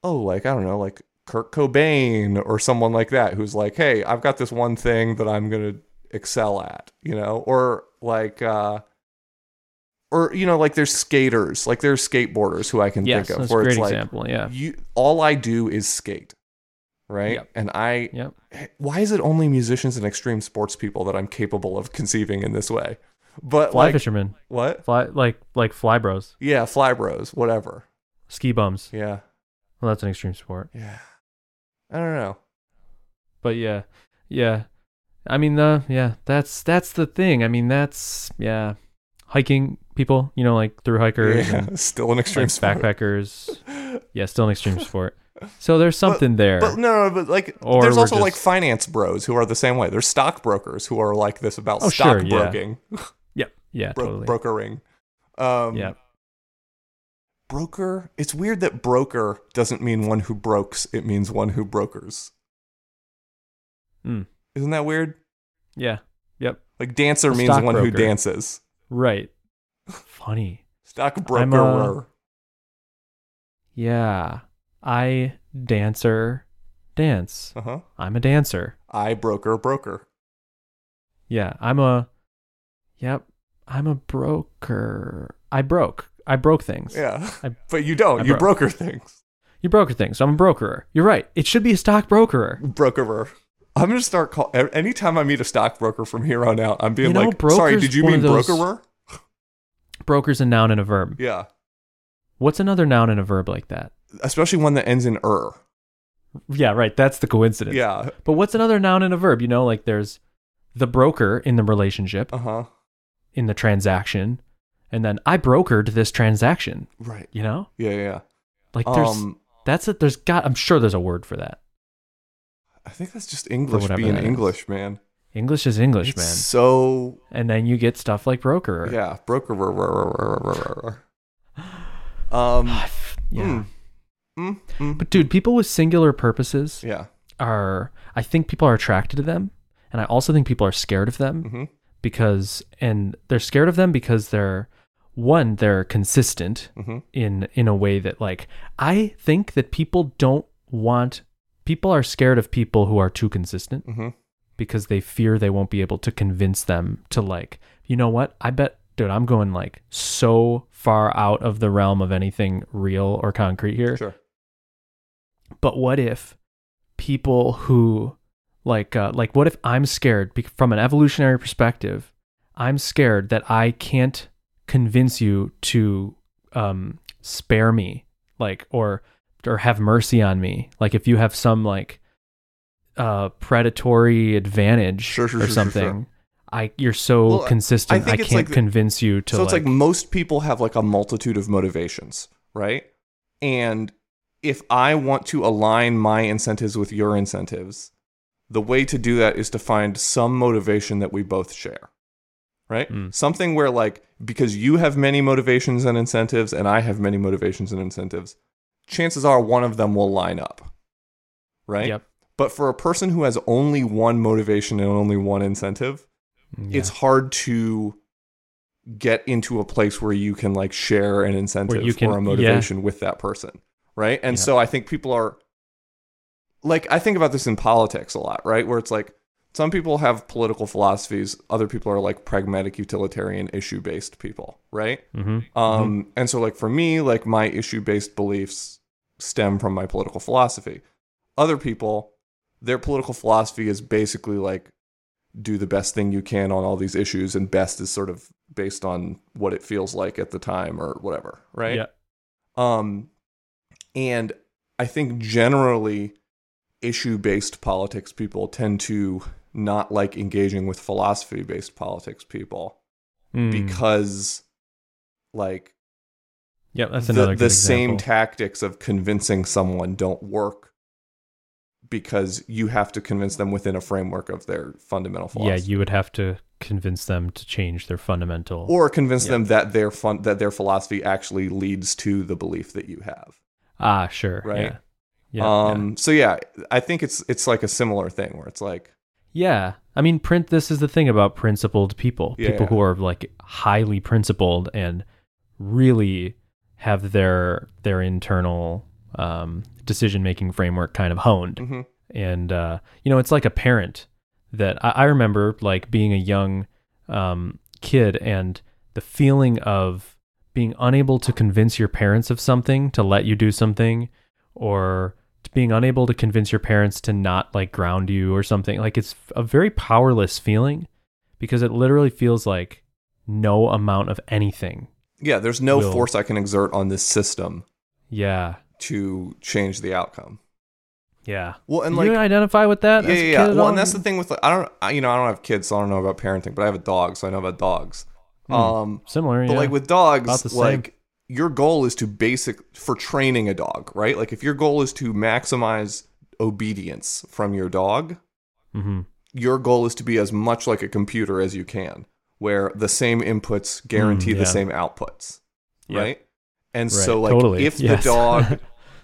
Speaker 2: oh like i don't know like kurt cobain or someone like that who's like hey i've got this one thing that i'm gonna excel at you know or like uh or you know like there's skaters like there's skateboarders who i can
Speaker 3: yes,
Speaker 2: think of
Speaker 3: that's
Speaker 2: where
Speaker 3: a great
Speaker 2: it's like
Speaker 3: example. Yeah.
Speaker 2: you all I do is skate. Right?
Speaker 3: Yep.
Speaker 2: And I
Speaker 3: Yep.
Speaker 2: why is it only musicians and extreme sports people that I'm capable of conceiving in this way? But
Speaker 1: Fly
Speaker 2: like
Speaker 1: fishermen,
Speaker 2: what?
Speaker 1: fly like like fly bros,
Speaker 2: Yeah, fly bros, whatever.
Speaker 1: ski bums.
Speaker 2: Yeah.
Speaker 1: Well, that's an extreme sport,
Speaker 2: Yeah. I don't know.
Speaker 1: but yeah, yeah. I mean, uh, yeah, that's that's the thing. I mean, that's yeah, hiking people. You know, like through hikers,
Speaker 2: Yeah,
Speaker 1: and,
Speaker 2: still an extreme
Speaker 1: like,
Speaker 2: sport.
Speaker 1: backpackers. Yeah, still an extreme sport. So there's something there.
Speaker 2: But no, no, but like
Speaker 1: Or
Speaker 2: there's
Speaker 1: we're
Speaker 2: also like
Speaker 1: just-
Speaker 2: finance bros who are the same way. There's stockbrokers who are like this about
Speaker 1: Oh, sure, yeah.
Speaker 2: stockbroking,
Speaker 1: yeah, yeah,
Speaker 2: bro-
Speaker 1: totally.
Speaker 2: brokering. Um,
Speaker 1: yeah,
Speaker 2: broker it's weird that broker doesn't mean one who brokes it means one who brokers
Speaker 1: Hmm.
Speaker 2: isn't that weird
Speaker 1: yeah,
Speaker 2: like dancer
Speaker 1: A
Speaker 2: means one who
Speaker 1: stockbroker.
Speaker 2: dances
Speaker 1: right. Funny. I'm
Speaker 2: stockbroker
Speaker 1: a- Yeah, I dancer, dance.
Speaker 2: uh-huh
Speaker 1: I'm a dancer.
Speaker 2: i broker broker
Speaker 1: Yeah, I'm a. Yep, I'm a broker. I broke. I broke things.
Speaker 2: yeah
Speaker 1: I-
Speaker 2: but you don't
Speaker 1: I
Speaker 2: you
Speaker 1: broke.
Speaker 2: broker things
Speaker 1: You broker things. I'm a brokerer. You're right. It should be a stock brokerer.
Speaker 2: brokerer i'm gonna start call a- anytime i meet a stockbroker from here on out i'm being
Speaker 1: You know,
Speaker 2: like sorry
Speaker 1: broker's
Speaker 2: did you
Speaker 1: one
Speaker 2: mean
Speaker 1: of those-
Speaker 2: brokerer
Speaker 1: Broker's a noun and a verb.
Speaker 2: yeah
Speaker 1: What's another noun and a verb like that?
Speaker 2: especially one that ends in er
Speaker 1: Yeah, right. That's the coincidence.
Speaker 2: yeah
Speaker 1: But what's another noun and a verb? You know, like there's the broker in the relationship,
Speaker 2: uh-huh
Speaker 1: in the transaction, and then I brokered this transaction.
Speaker 2: right
Speaker 1: You know,
Speaker 2: yeah yeah
Speaker 1: like
Speaker 2: yeah.
Speaker 1: there's
Speaker 2: um
Speaker 1: that's it. There's got. I'm sure there's a word for that.
Speaker 2: i think that's just english
Speaker 1: whatever
Speaker 2: being
Speaker 1: that is.
Speaker 2: english man
Speaker 1: English is English,
Speaker 2: It's
Speaker 1: man. Er.
Speaker 2: So
Speaker 1: and then you get stuff like brokerer.
Speaker 2: yeah, broker. rah, rah, rah, rah, rah, rah, rah. Um,
Speaker 1: yeah.
Speaker 2: mm, mm, mm.
Speaker 1: But dude, people with singular purposes
Speaker 2: yeah,
Speaker 1: are I think people are attracted to them and I also think people are scared of them
Speaker 2: mhm,
Speaker 1: because and they're scared of them because they're one they're consistent
Speaker 2: mhm.
Speaker 1: in in a way that like I think that people don't want people are scared of people who are too consistent
Speaker 2: Mhm.
Speaker 1: because they fear they won't be able to convince them to like, you know what? I bet dude, I'm going like so far out of the realm of anything real or concrete here.
Speaker 2: sure.
Speaker 1: But what if people who like uh, like what if I'm scared bec- from an evolutionary perspective? I'm scared that I can't convince you to um, spare me, like or or have mercy on me. Like if you have some like uh, predatory advantage
Speaker 2: Sure, sure,
Speaker 1: or
Speaker 2: sure, sure,
Speaker 1: something,
Speaker 2: sure.
Speaker 1: I you're so
Speaker 2: Well, I- I
Speaker 1: consistent. I,
Speaker 2: think it's
Speaker 1: can't
Speaker 2: like the-
Speaker 1: convince you to.
Speaker 2: So it's like,
Speaker 1: like
Speaker 2: most people have like a multitude of motivations, right? And if I want to align my incentives with your incentives, the way to do that is to find some motivation that we both share. Right?
Speaker 1: Mm.
Speaker 2: Something where like because you have many motivations and incentives and I have many motivations and incentives, chances are one of them will line up. Right?
Speaker 1: Yep.
Speaker 2: But for a person who has only one motivation and only one incentive,
Speaker 1: Yeah.
Speaker 2: it's hard to get into a place where you can like share an incentive
Speaker 1: you can-
Speaker 2: or a motivation with that person right and
Speaker 1: Yeah.
Speaker 2: so i think people are like i think about this in politics a lot right where it's like some people have political philosophies other people are like pragmatic utilitarian issue based people right
Speaker 1: Mhm.
Speaker 2: um, And so, like, for me, like, my issue based beliefs stem from my political philosophy. Other people, their political philosophy is basically like, do the best thing you can on all these issues, and best is sort of based on what it feels like at the time or whatever, right?
Speaker 1: Yeah.
Speaker 2: Um, and I think generally, issue based politics people tend to not like engaging with philosophy based politics people
Speaker 1: Mm.
Speaker 2: because, like,
Speaker 1: yep, that's
Speaker 2: the-
Speaker 1: another
Speaker 2: the,
Speaker 1: good
Speaker 2: same
Speaker 1: example.
Speaker 2: tactics of convincing someone don't work because you have to convince them within a framework of their fundamental philosophy.
Speaker 1: Yeah, you would have to convince them to change their fundamental.
Speaker 2: or convince
Speaker 1: Yeah.
Speaker 2: them that their fun that their philosophy actually leads to the belief that you have.
Speaker 1: ah, sure.
Speaker 2: Right.
Speaker 1: Yeah. Yeah,
Speaker 2: um so yeah, I think it's it's like a similar thing where it's like
Speaker 1: yeah. Yeah. I mean, print. This is the thing about principled people.
Speaker 2: Yeah,
Speaker 1: people
Speaker 2: yeah.
Speaker 1: who are like highly principled and really have their their internal um, decision making framework kind of honed.
Speaker 2: hmm
Speaker 1: and uh, you know it's like a parent that I, I remember like being a young um, kid and the feeling of being unable to convince your parents of something to let you do something or to being unable to convince your parents to not like ground you or something like it's a very powerless feeling because it literally feels like no amount of anything
Speaker 2: Yeah, there's no
Speaker 1: Will.
Speaker 2: force I can exert on this system
Speaker 1: yeah
Speaker 2: to change the outcome.
Speaker 1: yeah
Speaker 2: Well, and
Speaker 1: Do
Speaker 2: like
Speaker 1: you identify with that
Speaker 2: yeah,
Speaker 1: as a
Speaker 2: yeah, yeah.
Speaker 1: kid at
Speaker 2: Well,
Speaker 1: all?
Speaker 2: and that's the thing with like, I don't, I, you know, I don't have kids, so I don't know about parenting, but I have a dog, so I know about dogs.
Speaker 1: Hmm.
Speaker 2: Um,
Speaker 1: similar
Speaker 2: but
Speaker 1: yeah.
Speaker 2: like with
Speaker 1: About the
Speaker 2: dogs,
Speaker 1: same.
Speaker 2: like your goal is to basic for training a dog, right? Like if your goal is to maximize obedience from your dog,
Speaker 1: mm-hmm.
Speaker 2: your goal is to be as much like a computer as you can, where the same inputs guarantee
Speaker 1: Mm, yeah.
Speaker 2: the same outputs,
Speaker 1: Yeah.
Speaker 2: right? And
Speaker 1: Right,
Speaker 2: so, like,
Speaker 1: totally,
Speaker 2: if
Speaker 1: yes.
Speaker 2: the dog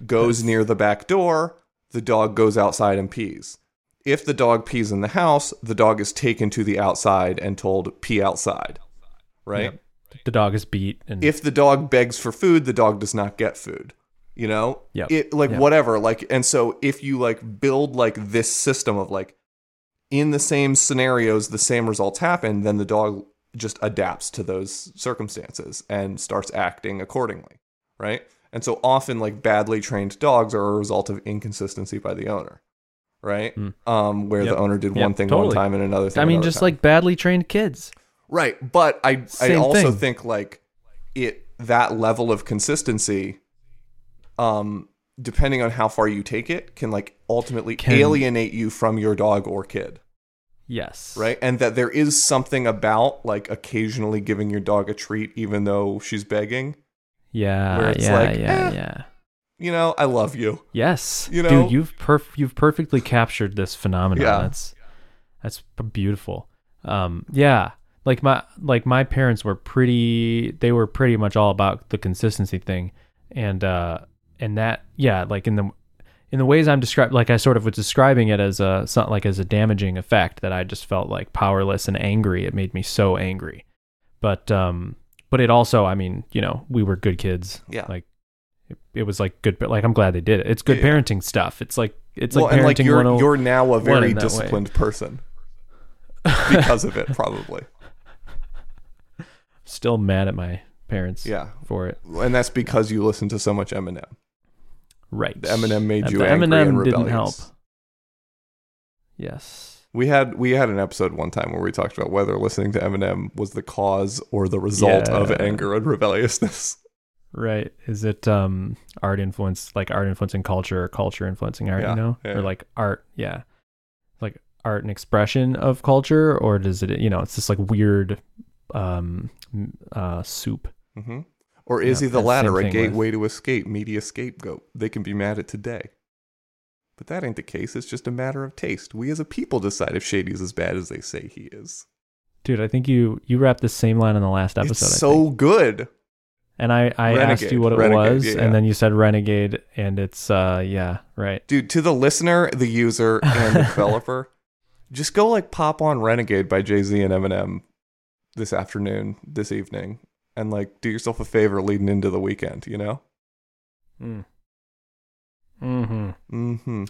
Speaker 2: goes near the back door, the dog goes outside and pees. If the dog pees in the house, the dog is taken to the outside and told pee outside, right?
Speaker 1: the dog is beat and
Speaker 2: If the dog begs for food, the dog does not get food. You know,
Speaker 1: Yep.
Speaker 2: it like
Speaker 1: Yep.
Speaker 2: whatever, like, and so if you like build like this system of like in the same scenarios, the same results happen, then the dog just adapts to those circumstances and starts acting accordingly, right? And so often, like badly trained dogs are a result of inconsistency by the owner, right?
Speaker 1: Mm.
Speaker 2: Um, where
Speaker 1: Yep.
Speaker 2: the owner did
Speaker 1: Yep,
Speaker 2: one thing
Speaker 1: totally.
Speaker 2: one time and another thing.
Speaker 1: I mean,
Speaker 2: another
Speaker 1: just
Speaker 2: time.
Speaker 1: like badly trained kids.
Speaker 2: Right, but I I
Speaker 1: Same
Speaker 2: also
Speaker 1: thing.
Speaker 2: think like it that level of consistency um depending on how far you take it can like ultimately
Speaker 1: Can-
Speaker 2: alienate you from your dog or kid,
Speaker 1: Yes.
Speaker 2: right? And that there is something about like occasionally giving your dog a treat even though she's begging.
Speaker 1: Yeah.
Speaker 2: Where it's
Speaker 1: yeah.
Speaker 2: like,
Speaker 1: yeah.
Speaker 2: eh.
Speaker 1: Yeah.
Speaker 2: You know, I love you.
Speaker 1: Yes.
Speaker 2: You know-
Speaker 1: dude, you've perf- you've perfectly captured this phenomenon.
Speaker 2: Yeah.
Speaker 1: That's that's p- beautiful. Um. Yeah. Like my like my parents were pretty. They were pretty much all about the consistency thing, and uh, and that yeah, like in the in the ways I'm describing, like I sort of was describing it as a so- like as a damaging effect that I just felt like powerless and angry. It made me so angry, but um, but it also, I mean, you know, we were good kids.
Speaker 2: Yeah.
Speaker 1: like it, it was like good, but like I'm glad they did it. It's good
Speaker 2: Yeah.
Speaker 1: parenting stuff. It's like it's like
Speaker 2: well, and like
Speaker 1: parenting
Speaker 2: you're
Speaker 1: one. oh-
Speaker 2: you're now a
Speaker 1: in
Speaker 2: very
Speaker 1: that way.
Speaker 2: disciplined person because of it probably.
Speaker 1: Still mad at my parents.
Speaker 2: Yeah.
Speaker 1: for it.
Speaker 2: And that's because you listen to so much Eminem.
Speaker 1: Right.
Speaker 2: The M&M made
Speaker 1: And
Speaker 2: you
Speaker 1: the
Speaker 2: angry
Speaker 1: M&M
Speaker 2: and
Speaker 1: didn't help.
Speaker 2: rebellious.
Speaker 1: Yes.
Speaker 2: We had we had an episode one time where we talked about whether listening to Eminem was the cause or the result of
Speaker 1: Yeah.
Speaker 2: anger and rebelliousness.
Speaker 1: Right. Is it um art influence like art influencing culture or culture influencing art,
Speaker 2: Yeah,
Speaker 1: you know?
Speaker 2: yeah,
Speaker 1: Or
Speaker 2: yeah.
Speaker 1: like art, yeah. Like art an expression of culture or does it you know, it's just like weird um m- uh soup.
Speaker 2: hmm Or is
Speaker 1: Yeah,
Speaker 2: he the
Speaker 1: that's the
Speaker 2: latter,
Speaker 1: same
Speaker 2: a
Speaker 1: thing
Speaker 2: gateway to escape, media scapegoat? They can be mad at today. But that ain't the case. It's just a matter of taste. We as a people decide if Shady's as bad as they say he is.
Speaker 1: Dude, I think you you wrapped the same line in the last episode.
Speaker 2: it's
Speaker 1: I think.
Speaker 2: so good.
Speaker 1: and I I asked you
Speaker 2: Renegade,
Speaker 1: what it
Speaker 2: Renegade,
Speaker 1: was
Speaker 2: yeah, yeah.
Speaker 1: and then you said renegade and it's uh yeah, right.
Speaker 2: Dude, to the listener, the user, and the developer, just go like pop on Renegade by Jay Z and Eminem this afternoon, this evening, and like do yourself a favor leading into the weekend, you know?
Speaker 1: Mm. Mhm.
Speaker 2: Hmm. Mm-hmm.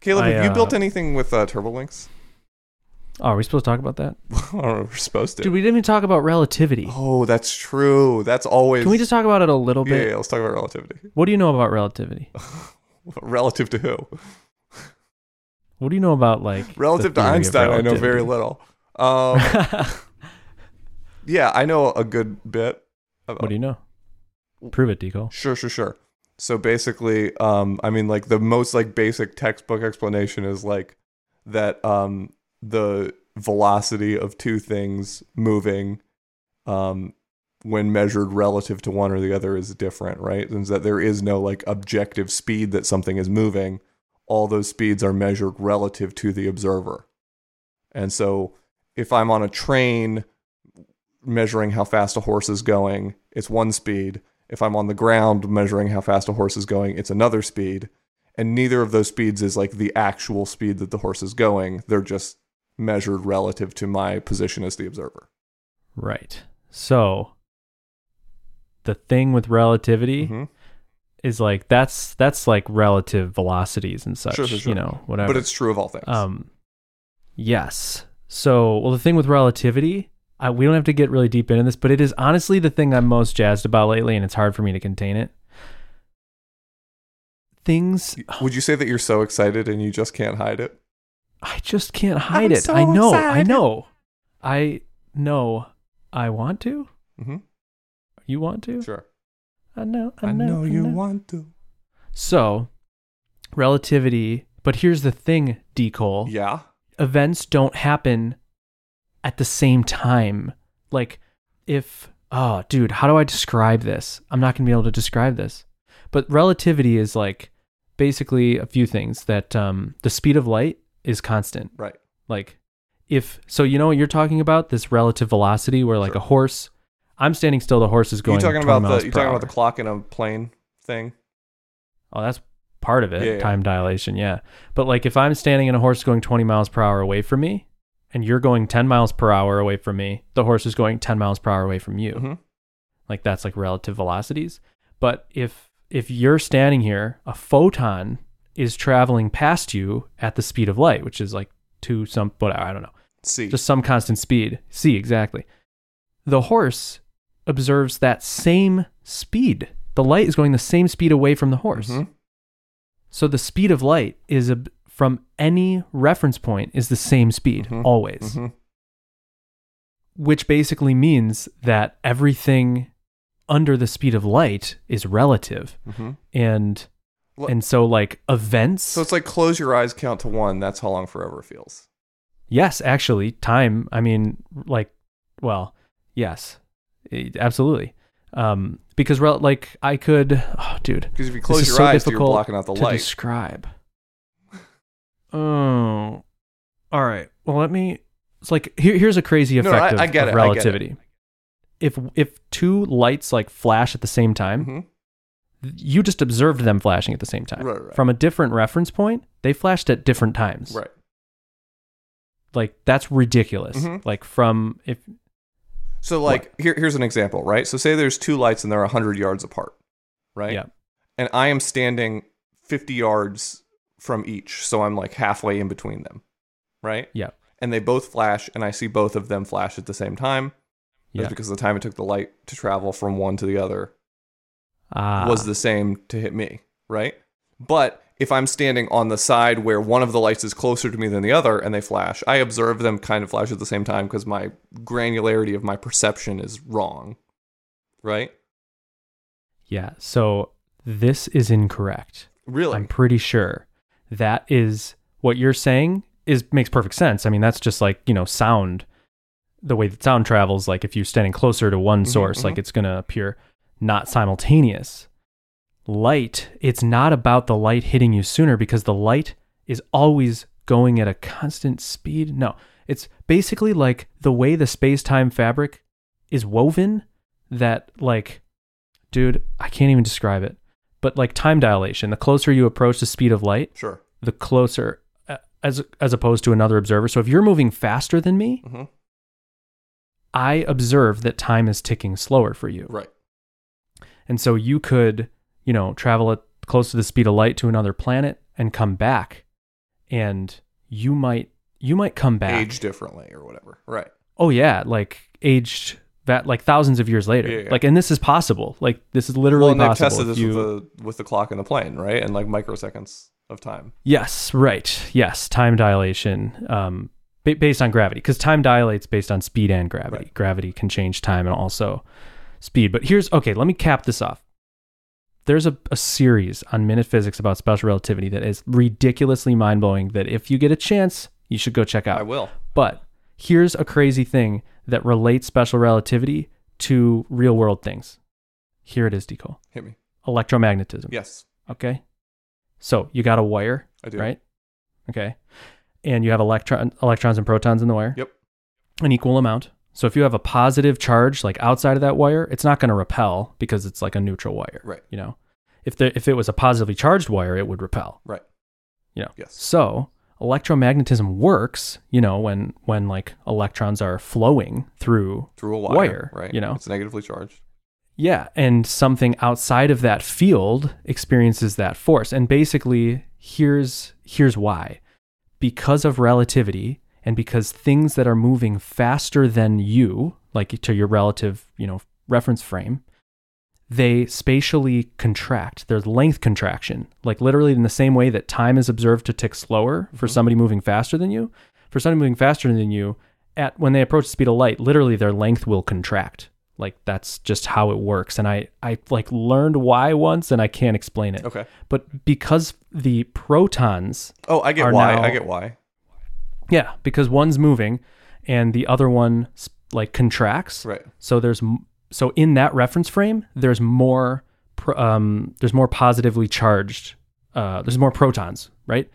Speaker 2: Caleb,
Speaker 1: I,
Speaker 2: have you
Speaker 1: uh,
Speaker 2: built anything with uh, TurboLinks?
Speaker 1: Oh, are we supposed to talk about that?
Speaker 2: I don't know if we're supposed to.
Speaker 1: Dude, we didn't even talk about relativity.
Speaker 2: oh, that's true. That's always.
Speaker 1: Can we just talk about it a little
Speaker 2: Yeah,
Speaker 1: bit?
Speaker 2: yeah, let's talk about relativity.
Speaker 1: What do you know about relativity?
Speaker 2: Relative to who?
Speaker 1: What do you know about like
Speaker 2: Relative
Speaker 1: the
Speaker 2: to
Speaker 1: theory of
Speaker 2: Einstein, I know very
Speaker 1: relativity?
Speaker 2: little. Um, yeah, I know a good bit. About
Speaker 1: what do you know? Prove it, Deco.
Speaker 2: Sure, sure, sure. So basically, um, I mean, like the most like basic textbook explanation is like that um, the velocity of two things moving, um, when measured relative to one or the other, is different, right? And that there is no like objective speed that something is moving. All those speeds are measured relative to the observer. And so, if I'm on a train measuring how fast a horse is going, it's one speed. If I'm on the ground measuring how fast a horse is going, it's another speed. And neither of those speeds is like the actual speed that the horse is going. They're just measured relative to my position as the observer.
Speaker 1: Right. So the thing with relativity
Speaker 2: Mhm.
Speaker 1: is like that's that's like relative velocities and such,
Speaker 2: Sure, sure, sure.
Speaker 1: you know, whatever.
Speaker 2: But it's true of all things.
Speaker 1: Um, yes. So, well, the thing with relativity, I, we don't have to get really deep into this, but it is honestly the thing I'm most jazzed about lately, and it's hard for me to contain it. Things
Speaker 2: Would you say that you're so excited and you just can't hide it?
Speaker 1: I just can't hide
Speaker 2: I'm
Speaker 1: it.
Speaker 2: so
Speaker 1: I know. I
Speaker 2: excited.
Speaker 1: know. I know. I want to.
Speaker 2: hmm
Speaker 1: You want to?
Speaker 2: Sure.
Speaker 1: I know. I
Speaker 2: I
Speaker 1: know.
Speaker 2: know you
Speaker 1: know.
Speaker 2: want to.
Speaker 1: So, relativity. But here's the thing, D. Cole.
Speaker 2: Yeah.
Speaker 1: events don't happen at the same time. Like if oh dude, how do I describe this? I'm not going to be able to describe this. But relativity is like basically a few things that um the speed of light is constant.
Speaker 2: Right.
Speaker 1: Like if so you know what you're talking about this relative velocity where like
Speaker 2: Sure.
Speaker 1: a horse I'm standing still the horse is
Speaker 2: You
Speaker 1: going
Speaker 2: talking
Speaker 1: 20
Speaker 2: about
Speaker 1: miles
Speaker 2: the you
Speaker 1: per
Speaker 2: talking about the
Speaker 1: hour.
Speaker 2: clock in a plane thing?
Speaker 1: Oh, that's part of it.
Speaker 2: Yeah, yeah.
Speaker 1: Time dilation, yeah. But like if I'm standing and a horse going 20 miles per hour away from me, and you're going 10 miles per hour away from me, the horse is going 10 miles per hour away from you.
Speaker 2: Mhm.
Speaker 1: Like that's like relative velocities. But if if you're standing here, a photon is traveling past you at the speed of light, which is like two some but I don't know
Speaker 2: See.
Speaker 1: just some constant speed. See, exactly. The horse observes that same speed. The light is going the same speed away from the horse.
Speaker 2: Mhm.
Speaker 1: So the speed of light is a, from any reference point is the same speed
Speaker 2: Mhm.
Speaker 1: always,
Speaker 2: Mhm.
Speaker 1: which basically means that everything under the speed of light is relative.
Speaker 2: Mhm.
Speaker 1: And
Speaker 2: Well-
Speaker 1: and so like events
Speaker 2: So it's like close your eyes, count to one. That's how long forever feels.
Speaker 1: Yes, actually, time. I mean, like, well, yes, Eh, absolutely. Um, because rel- like I could, oh, dude,
Speaker 2: Because if you
Speaker 1: This
Speaker 2: close
Speaker 1: is
Speaker 2: your
Speaker 1: so
Speaker 2: eyes, you're
Speaker 1: difficult
Speaker 2: blocking out the
Speaker 1: to
Speaker 2: light.
Speaker 1: describe. Oh, all right. Well, let me. It's like here, here's a crazy
Speaker 2: No,
Speaker 1: effect
Speaker 2: no, I-
Speaker 1: of,
Speaker 2: I
Speaker 1: of
Speaker 2: get it, I get it.
Speaker 1: relativity. If if two lights like flash at the same time,
Speaker 2: Mhm.
Speaker 1: you just observed them flashing at the same time
Speaker 2: Right, right.
Speaker 1: from a different reference point. They flashed at different times.
Speaker 2: Right.
Speaker 1: Like that's ridiculous.
Speaker 2: Mhm.
Speaker 1: Like from if
Speaker 2: So like here, here's an example, right? So say there's two lights and they're hundred yards apart, right?
Speaker 1: Yeah.
Speaker 2: And I am standing fifty yards from each, so I'm like halfway in between them, right?
Speaker 1: Yeah.
Speaker 2: And they both flash, and I see both of them flash at the same time. That's
Speaker 1: Yeah.
Speaker 2: because the time it took the light to travel from one to the other
Speaker 1: Ah,
Speaker 2: was the same to hit me, right? But if I'm standing on the side where one of the lights is closer to me than the other and they flash, I observe them kind of flash at the same time because my granularity of my perception is wrong, right?
Speaker 1: yeah. So this is incorrect.
Speaker 2: Really?
Speaker 1: I'm pretty sure that is what you're saying is makes perfect sense. I mean, that's just like you know sound, the way that sound travels. Like if you're standing closer to one
Speaker 2: Mhm,
Speaker 1: source, like
Speaker 2: mhm.
Speaker 1: it's gonna appear not simultaneous. Light. It's not about the light hitting you sooner because the light is always going at a constant speed. No, it's basically like the way the space time fabric is woven that like dude i can't even describe it but like time dilation the closer you approach the speed of light
Speaker 2: sure.
Speaker 1: the closer uh, as as opposed to another observer so if you're moving faster than me
Speaker 2: hmm
Speaker 1: i observe that time is ticking slower for you
Speaker 2: Right.
Speaker 1: and so you could you know travel at close to the speed of light to another planet and come back and you might you might come back
Speaker 2: Age differently or whatever. Right.
Speaker 1: oh yeah like aged that like thousands of years later
Speaker 2: Yeah, yeah.
Speaker 1: like and this is possible like this is
Speaker 2: well,
Speaker 1: literally
Speaker 2: and they've
Speaker 1: possible
Speaker 2: tested
Speaker 1: if
Speaker 2: this
Speaker 1: you-
Speaker 2: with, the, with the clock in the plane, right? And like microseconds of time.
Speaker 1: Yes, right. Yes, time dilation um, ba- based on gravity, because time dilates based on speed and gravity.
Speaker 2: Right.
Speaker 1: Gravity can change time and also speed. But here's okay, let me cap this off. There's a, a series on Minute Physics about special relativity that is ridiculously mind blowing. That if you get a chance, you should go check out.
Speaker 2: I will.
Speaker 1: But here's a crazy thing that relates special relativity to real world things. Here it is, Deco.
Speaker 2: Hit me.
Speaker 1: Electromagnetism.
Speaker 2: Yes.
Speaker 1: Okay. So you got a wire,
Speaker 2: I do.
Speaker 1: right? Okay. And you have electron electrons and protons in the wire.
Speaker 2: Yep.
Speaker 1: An equal amount. So if you have a positive charge like outside of that wire, it's not going to repel because it's like a neutral wire.
Speaker 2: Right.
Speaker 1: You know. If there if it was a positively charged wire, it would repel.
Speaker 2: Right.
Speaker 1: You know.
Speaker 2: Yes.
Speaker 1: So electromagnetism works, you know, when when like electrons are flowing through
Speaker 2: Through a wire.
Speaker 1: wire,
Speaker 2: Right.
Speaker 1: you know.
Speaker 2: It's negatively charged.
Speaker 1: Yeah, and something outside of that field experiences that force. And basically, here's here's why. Because of relativity and because things that are moving faster than you, like to your relative, you know, reference frame, they spatially contract. There's length contraction. Like literally in the same way that time is observed to tick slower for somebody moving faster than you, for somebody moving faster than you, at when they approach the speed of light, literally their length will contract. Like that's just how it works. And I, I like learned why once and I can't explain it.
Speaker 2: Okay.
Speaker 1: But because the protons
Speaker 2: Oh, I get
Speaker 1: Are
Speaker 2: why.
Speaker 1: now-
Speaker 2: I get why.
Speaker 1: yeah, because one's moving and the other one s- like contracts.
Speaker 2: Right.
Speaker 1: So there's m- so in that reference frame, there's more pro- um there's more positively charged uh there's more protons, right?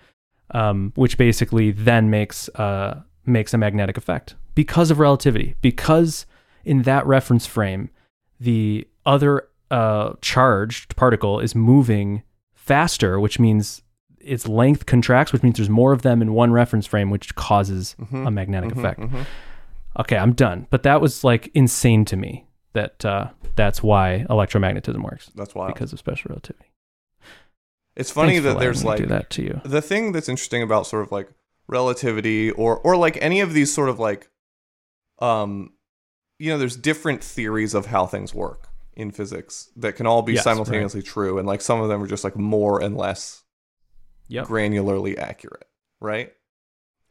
Speaker 1: Um which basically then makes uh makes a magnetic effect because of relativity. Because in that reference frame, the other uh charged particle is moving faster, which means its length contracts, which means there's more of them in one reference frame, which causes a magnetic
Speaker 2: Mm-hmm.
Speaker 1: effect. Okay, I'm done. But that was like insane to me that uh, that's why electromagnetism works
Speaker 2: That's why.
Speaker 1: because of special relativity.
Speaker 2: It's funny
Speaker 1: Thanks for
Speaker 2: that
Speaker 1: letting
Speaker 2: there's
Speaker 1: me
Speaker 2: like
Speaker 1: do that to you.
Speaker 2: the thing that's interesting about sort of like relativity or or like any of these sort of like um you know there's different theories of how things work in physics that can all be
Speaker 1: Yes, right.
Speaker 2: simultaneously true and like some of them are just like more and less
Speaker 1: Yep.
Speaker 2: granularly accurate right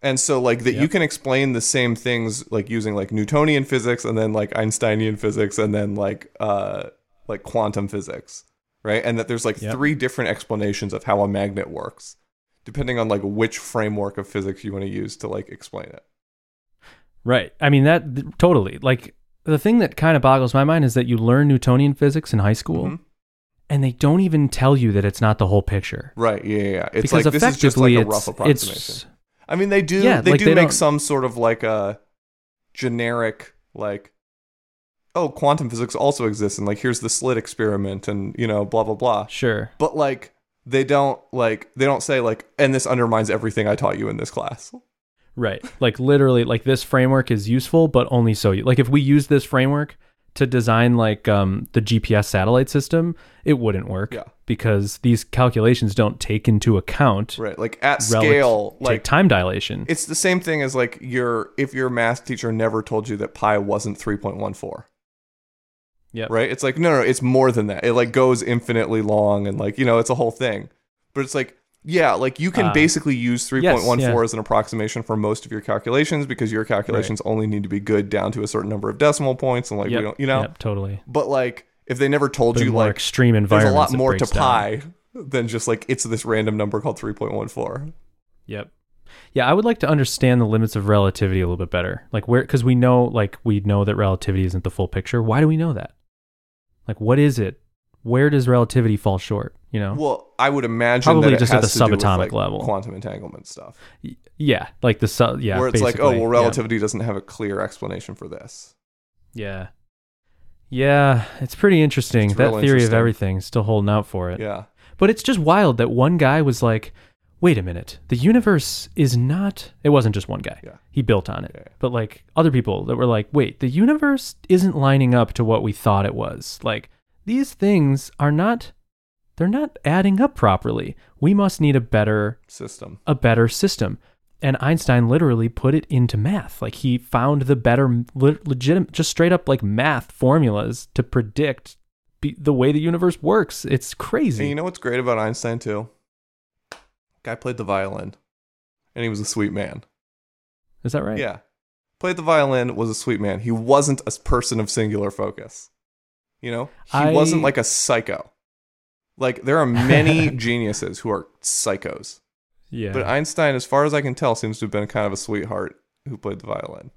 Speaker 2: and so like that you
Speaker 1: Yep.
Speaker 2: can explain the same things like using like newtonian physics and then like einsteinian physics and then like uh like quantum physics right and that there's like
Speaker 1: Yep.
Speaker 2: three different explanations of how a magnet works depending on like which framework of physics you want to use to like explain it
Speaker 1: Right. I mean that th- totally. Like the thing that kind of boggles my mind is that you learn Newtonian physics in high school
Speaker 2: Mhm.
Speaker 1: and they don't even tell you that it's not the whole picture.
Speaker 2: right yeah yeah, yeah. it's
Speaker 1: because
Speaker 2: like this is just like
Speaker 1: effectively
Speaker 2: a rough
Speaker 1: it's,
Speaker 2: approximation
Speaker 1: it's
Speaker 2: i mean they do
Speaker 1: Yeah,
Speaker 2: they
Speaker 1: like,
Speaker 2: do
Speaker 1: they
Speaker 2: make
Speaker 1: don't-
Speaker 2: some sort of like a generic like oh quantum physics also exists and like here's the slit experiment and you know blah blah blah
Speaker 1: sure.
Speaker 2: but like they don't like they don't say like and this undermines everything i taught you in this class
Speaker 1: Right. Like literally like this framework is useful but only so you like if we use this framework to design like um the GPS satellite system, it wouldn't work
Speaker 2: Yeah.
Speaker 1: because these calculations don't take into account
Speaker 2: right like at
Speaker 1: rel-
Speaker 2: scale
Speaker 1: take
Speaker 2: like
Speaker 1: time dilation.
Speaker 2: it's the same thing as like your if your math teacher never told you that pi wasn't 3.14
Speaker 1: Yep.
Speaker 2: right it's like no no it's more than that it like goes infinitely long and like you know it's a whole thing but it's like yeah like you can
Speaker 1: Ah.
Speaker 2: basically use 3.14
Speaker 1: yeah.
Speaker 2: as an approximation for most of your calculations because your calculations only need to be good down to a certain number of decimal points and like
Speaker 1: Yep.
Speaker 2: we don't you know
Speaker 1: Yep, totally.
Speaker 2: but like if they never told
Speaker 1: But in
Speaker 2: you
Speaker 1: more
Speaker 2: like
Speaker 1: extreme
Speaker 2: there's a
Speaker 1: environments.
Speaker 2: lot
Speaker 1: it
Speaker 2: more to
Speaker 1: breaks down.
Speaker 2: pi than just like it's this random number called 3.14
Speaker 1: Yep. Yeah, I would like to understand the limits of relativity a little bit better. Like where cuz we know like we know that relativity isn't the full picture. Why do we know that? Like what is it? Where does relativity fall short, you know?
Speaker 2: Well, I would imagine
Speaker 1: Probably
Speaker 2: that it
Speaker 1: just at
Speaker 2: has
Speaker 1: the
Speaker 2: to do with,
Speaker 1: subatomic
Speaker 2: like,
Speaker 1: level.
Speaker 2: quantum entanglement stuff,
Speaker 1: Y- yeah, like the su- yeah,
Speaker 2: where it's like, oh,
Speaker 1: basically.
Speaker 2: well,
Speaker 1: Yeah.
Speaker 2: relativity doesn't have a clear explanation for this.
Speaker 1: Yeah. Yeah, it's pretty interesting.
Speaker 2: It's
Speaker 1: that
Speaker 2: real
Speaker 1: theory of
Speaker 2: interesting.
Speaker 1: everything's still holding out for it.
Speaker 2: Yeah,
Speaker 1: But it's just wild that one guy was like, wait a minute, the universe is not. It wasn't just one guy.
Speaker 2: Yeah.
Speaker 1: He built on it.
Speaker 2: Yeah, yeah.
Speaker 1: But like other people that were like, wait, the universe isn't lining up to what we thought it was. Like these things are not. They're not adding up properly. We must need a better
Speaker 2: system.
Speaker 1: a better system. And Einstein literally put it into math. Like he found the better, le- legitimate, just straight up like math formulas to predict be- the way the universe works. It's crazy.
Speaker 2: And you know what's great about Einstein too? Guy played the violin, and he was a sweet man.
Speaker 1: Is that right?
Speaker 2: Yeah, played the violin was a sweet man. He wasn't a person of singular focus. You know, he
Speaker 1: I-
Speaker 2: wasn't like a psycho. Like there are many geniuses who are psychos,
Speaker 1: Yeah.
Speaker 2: but Einstein, as far as I can tell, seems to have been kind of a sweetheart who played the violin.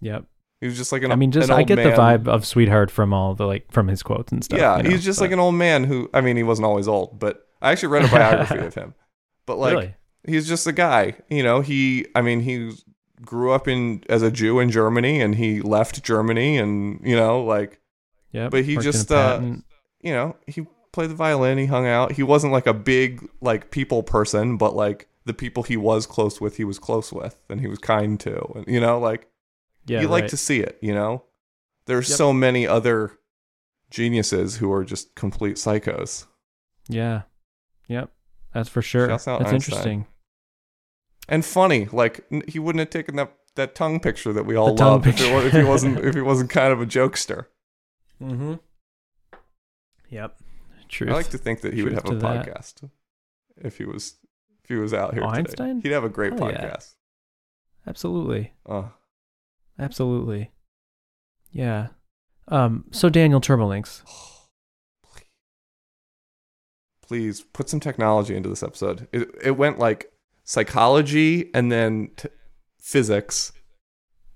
Speaker 1: yep.
Speaker 2: He was just like an.
Speaker 1: I mean, just
Speaker 2: an
Speaker 1: I
Speaker 2: old
Speaker 1: get the
Speaker 2: man.
Speaker 1: vibe of sweetheart from all the like from his quotes and stuff.
Speaker 2: yeah,
Speaker 1: you know,
Speaker 2: he's just like
Speaker 1: but-
Speaker 2: an old man who. I mean, he wasn't always old, but I actually read a biography of him. But like,
Speaker 1: Really?
Speaker 2: he's just a guy. You know, he. I mean, he grew up in as a Jew in Germany, and he left Germany, and you know, like,
Speaker 1: Yep,
Speaker 2: but he
Speaker 1: worked in a
Speaker 2: just, uh,
Speaker 1: patent.
Speaker 2: you know, he played the violin. He hung out. He wasn't like a big like people person, but like the people he was close with, he was close with, and he was kind to, and you know, like
Speaker 1: yeah,
Speaker 2: you like
Speaker 1: right.
Speaker 2: to see it, you know? There's
Speaker 1: Yep.
Speaker 2: so many other geniuses who are just complete psychos.
Speaker 1: Yeah. Yep. That's for sure.
Speaker 2: Shouts
Speaker 1: That's
Speaker 2: out Einstein.
Speaker 1: interesting.
Speaker 2: and funny. Like n- he wouldn't have taken that that tongue picture that we all
Speaker 1: The tongue
Speaker 2: love if, it,
Speaker 1: picture.
Speaker 2: wa- if he wasn't if he wasn't kind of a jokester.
Speaker 1: Mm-hmm. Yep. Truth.
Speaker 2: I like to think that he would
Speaker 1: Truth
Speaker 2: have a
Speaker 1: to that.
Speaker 2: podcast if he was if he was out here. today.
Speaker 1: Einstein?
Speaker 2: He'd have a great
Speaker 1: Oh, yeah.
Speaker 2: podcast.
Speaker 1: Absolutely.
Speaker 2: Uh,
Speaker 1: Absolutely. Yeah. Um, so Daniel Turbolinks.
Speaker 2: please put some technology into this episode. It it went like psychology and then t- physics.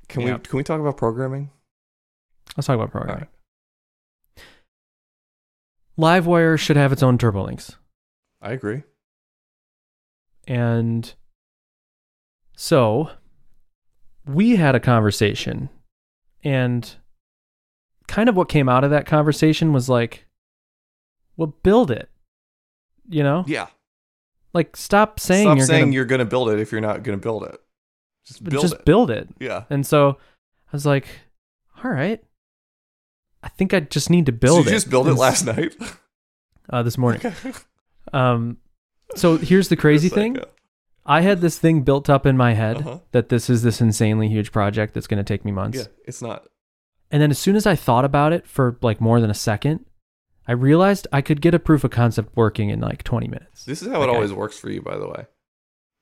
Speaker 2: Can we
Speaker 1: Yeah.
Speaker 2: can we talk about programming?
Speaker 1: Let's talk about programming.
Speaker 2: Alright.
Speaker 1: Livewire should have its own Turbolinks.
Speaker 2: I agree.
Speaker 1: And so we had a conversation and kind of what came out of that conversation was like, well, build it. You know?
Speaker 2: Yeah.
Speaker 1: Like stop Oh. saying
Speaker 2: Stop
Speaker 1: you're
Speaker 2: saying
Speaker 1: gonna
Speaker 2: you're going to build it if you're not going to build it. Just build
Speaker 1: just
Speaker 2: it.
Speaker 1: build it.
Speaker 2: yeah.
Speaker 1: And so I was like, all right. I think I just need to build
Speaker 2: Did
Speaker 1: it.
Speaker 2: you just build it
Speaker 1: And-
Speaker 2: last night?
Speaker 1: uh, this morning. Um, so here's the crazy
Speaker 2: It's like,
Speaker 1: thing.
Speaker 2: uh,
Speaker 1: I had this thing built up in my head
Speaker 2: Uh-huh.
Speaker 1: that this is this insanely huge project that's going to take me months.
Speaker 2: Yeah, it's not.
Speaker 1: And then as soon as I thought about it for like more than a second, I realized I could get a proof of concept working in like 20 minutes.
Speaker 2: This is how it
Speaker 1: Okay.
Speaker 2: always works for you, by the way.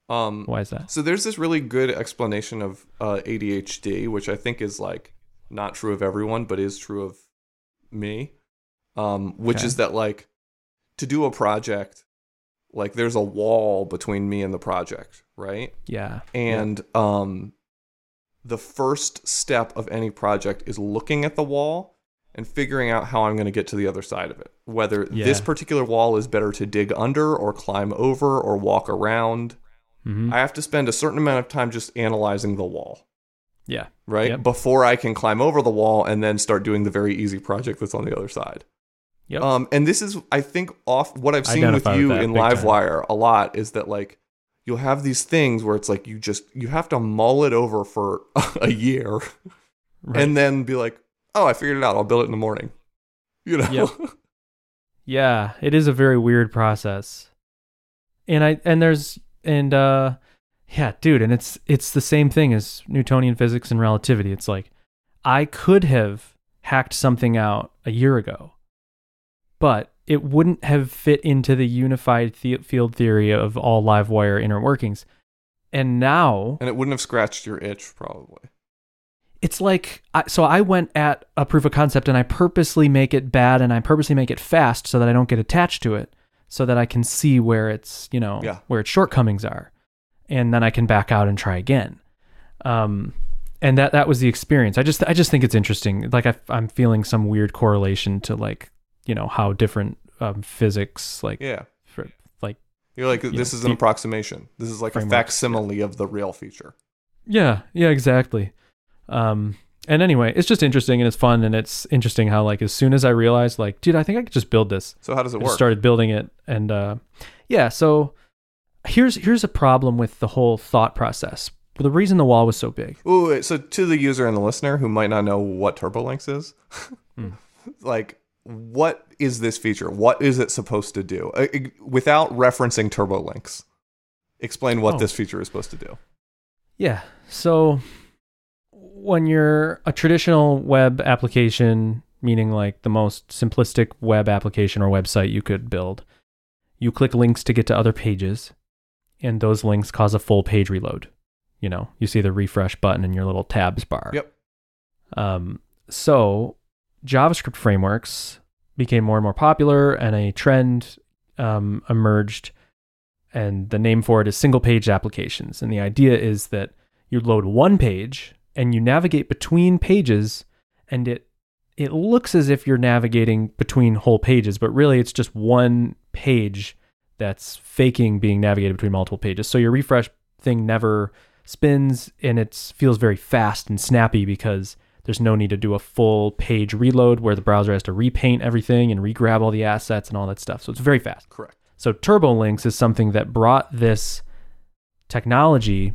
Speaker 2: Um,
Speaker 1: Why is that?
Speaker 2: so there's this really good explanation of uh, ADHD, which I think is like not true of everyone, but is true of me. Um, which
Speaker 1: Okay.
Speaker 2: is that like to do a project, like there's a wall between me and the project, right?
Speaker 1: Yeah.
Speaker 2: And um, the first step of any project is looking at the wall and figuring out how I'm going to get to the other side of it. Whether this
Speaker 1: Yeah.
Speaker 2: particular wall is better to dig under or climb over or walk around.
Speaker 1: Mhm.
Speaker 2: I have to spend a certain amount of time just analyzing the wall,
Speaker 1: yeah.
Speaker 2: right?
Speaker 1: Yep.
Speaker 2: Before I can climb over the wall and then start doing the very easy project that's on the other side.
Speaker 1: Yep.
Speaker 2: Um, and this is, I think, off what I've seen with
Speaker 1: Identify with
Speaker 2: you
Speaker 1: that
Speaker 2: in
Speaker 1: big time.
Speaker 2: Livewire a lot is that like you'll have these things where it's like you just you have to mull it over for a year
Speaker 1: right.
Speaker 2: and then be like, oh, I figured it out. I'll build it in the morning. You know?
Speaker 1: Yep. yeah, it is a very weird process. And I and there's and uh yeah, dude, and it's it's the same thing as Newtonian physics and relativity. It's like I could have hacked something out a year ago, but it wouldn't have fit into the unified the- field theory of all live wire inner workings. And now
Speaker 2: and it wouldn't have scratched your itch probably.
Speaker 1: it's like I, so i went at a proof of concept and i purposely make it bad and i purposely make it fast so that i don't get attached to it so that i can see where it's you know
Speaker 2: Yeah.
Speaker 1: where its shortcomings are and then i can back out and try again um and that that was the experience i just i just think it's interesting like I, i'm feeling some weird correlation to like you know how different um physics like
Speaker 2: Yeah.
Speaker 1: for, like
Speaker 2: You're like,
Speaker 1: You know,
Speaker 2: this is an
Speaker 1: deep-
Speaker 2: approximation. This is like a
Speaker 1: Frameworks, yeah.
Speaker 2: facsimile of the real feature.
Speaker 1: Yeah, yeah, exactly. Um, and anyway, it's just interesting and it's fun and it's interesting how like as soon as I realized like, dude, I think I could just build this,
Speaker 2: So how does it
Speaker 1: I
Speaker 2: work?
Speaker 1: just started building it, and uh, yeah. So here's here's a problem with the whole thought process. The reason the wall was so big.
Speaker 2: Ooh, wait, so to the user and the listener who might not know what TurboLinks is,
Speaker 1: Mm.
Speaker 2: like, what is this feature? What is it supposed to do? Uh, ig- without referencing TurboLinks, explain what
Speaker 1: Oh.
Speaker 2: this feature is supposed to do.
Speaker 1: Yeah. So when you're a traditional web application, meaning like the most simplistic web application or website you could build, you click links to get to other pages, and those links cause a full page reload. You know, you see the refresh button in your little tabs bar.
Speaker 2: Yep.
Speaker 1: Um, so JavaScript frameworks became more and more popular, and a trend um, emerged, and the name for it is single page applications. And the idea is that you load one page and you navigate between pages, and it it looks as if you're navigating between whole pages, but really it's just one page that's faking being navigated between multiple pages. So your refresh thing never spins and it feels very fast and snappy because there's no need to do a full page reload where the browser has to repaint everything and regrab all the assets and all that stuff. So it's very fast.
Speaker 2: Correct.
Speaker 1: So TurboLinks is something that brought this technology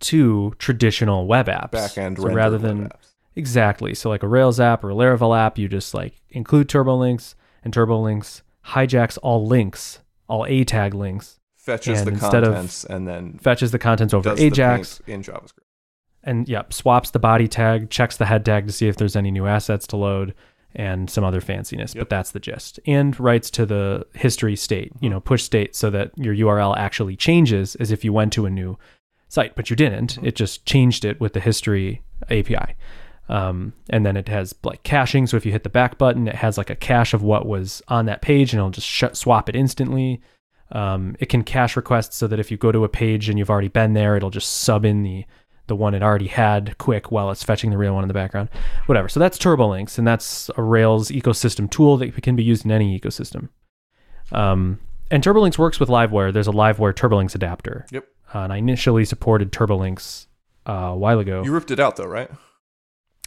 Speaker 1: to traditional web apps.
Speaker 2: Back end
Speaker 1: so rather
Speaker 2: rendered web
Speaker 1: than
Speaker 2: apps.
Speaker 1: Exactly. So like a Rails app or a Laravel app, you just like include turbolinks and turbolinks hijacks all links, all A tag links,
Speaker 2: Fetches
Speaker 1: And
Speaker 2: the
Speaker 1: instead of-
Speaker 2: contents and then
Speaker 1: fetches the contents over
Speaker 2: does
Speaker 1: Ajax
Speaker 2: the paint in JavaScript.
Speaker 1: and yep, swaps the body tag, checks the head tag to see if there's any new assets to load and some other fanciness,
Speaker 2: Yep.
Speaker 1: but that's the gist. And writes to the history state, you know, push state so that your URL actually changes as if you went to a new site, but you didn't. It just changed it with the history API. Um, and then it has like caching. So if you hit the back button, it has like a cache of what was on that page and it'll just sh- swap it instantly. Um, it can cache requests so that if you go to a page and you've already been there, it'll just sub in the the one it already had quick while it's fetching the real one in the background. Whatever. So that's Turbolinks, and that's a Rails ecosystem tool that can be used in any ecosystem. Um, and Turbolinks works with Livewire. There's a Livewire Turbolinks adapter.
Speaker 2: Yep.
Speaker 1: Uh, and I initially supported Turbolinks uh, a while ago.
Speaker 2: You ripped it out though, right?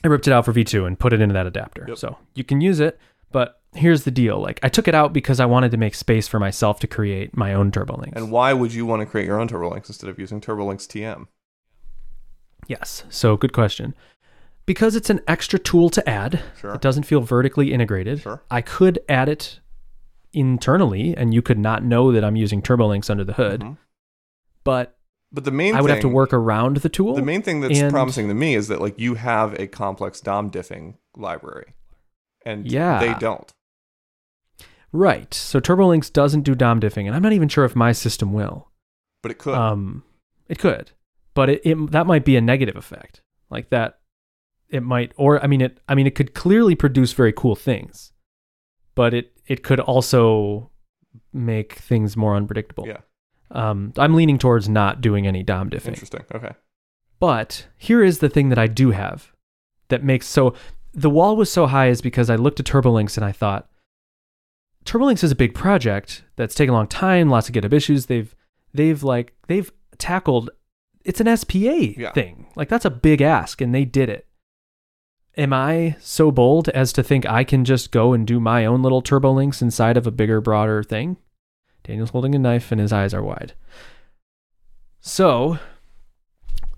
Speaker 1: I ripped it out for V2 and put it into that adapter.
Speaker 2: Yep.
Speaker 1: So you can use it, but here's the deal. Like I took it out because I wanted to make space for myself to create my own Turbolinks.
Speaker 2: And why would you want to create your own TurboLinks instead of using TurboLinks TM?
Speaker 1: yes. So good question. Because it's an extra tool to add,
Speaker 2: Sure.
Speaker 1: it doesn't feel vertically integrated.
Speaker 2: Sure.
Speaker 1: I could add it internally and you could not know that I'm using Turbolinks under the hood,
Speaker 2: Mhm.
Speaker 1: but
Speaker 2: But the main
Speaker 1: I would
Speaker 2: thing,
Speaker 1: have to work around the tool.
Speaker 2: The main thing that's
Speaker 1: and-
Speaker 2: promising to me is that like you have a complex DOM diffing library, and
Speaker 1: Yeah.
Speaker 2: they don't.
Speaker 1: right. So Turbolinks doesn't do DOM diffing, and I'm not even sure if my system will.
Speaker 2: But it could.
Speaker 1: Um, it could, but it, it that might be a negative effect. Like that, it might, or I mean, it. I mean, it could clearly produce very cool things, but it it could also make things more unpredictable.
Speaker 2: yeah.
Speaker 1: Um, I'm leaning towards not doing any dom diffing.
Speaker 2: Interesting. Okay.
Speaker 1: But here is the thing that I do have that makes so the wall was so high is because I looked at Turbolinks and I thought Turbolinks is a big project that's taken a long time, lots of GitHub issues. They've they've like they've tackled it's an SPA
Speaker 2: Yeah.
Speaker 1: thing. Like that's a big ask and they did it. Am I so bold as to think I can just go and do my own little Turbolinks inside of a bigger, broader thing? Daniel's holding a knife and his eyes are wide. So,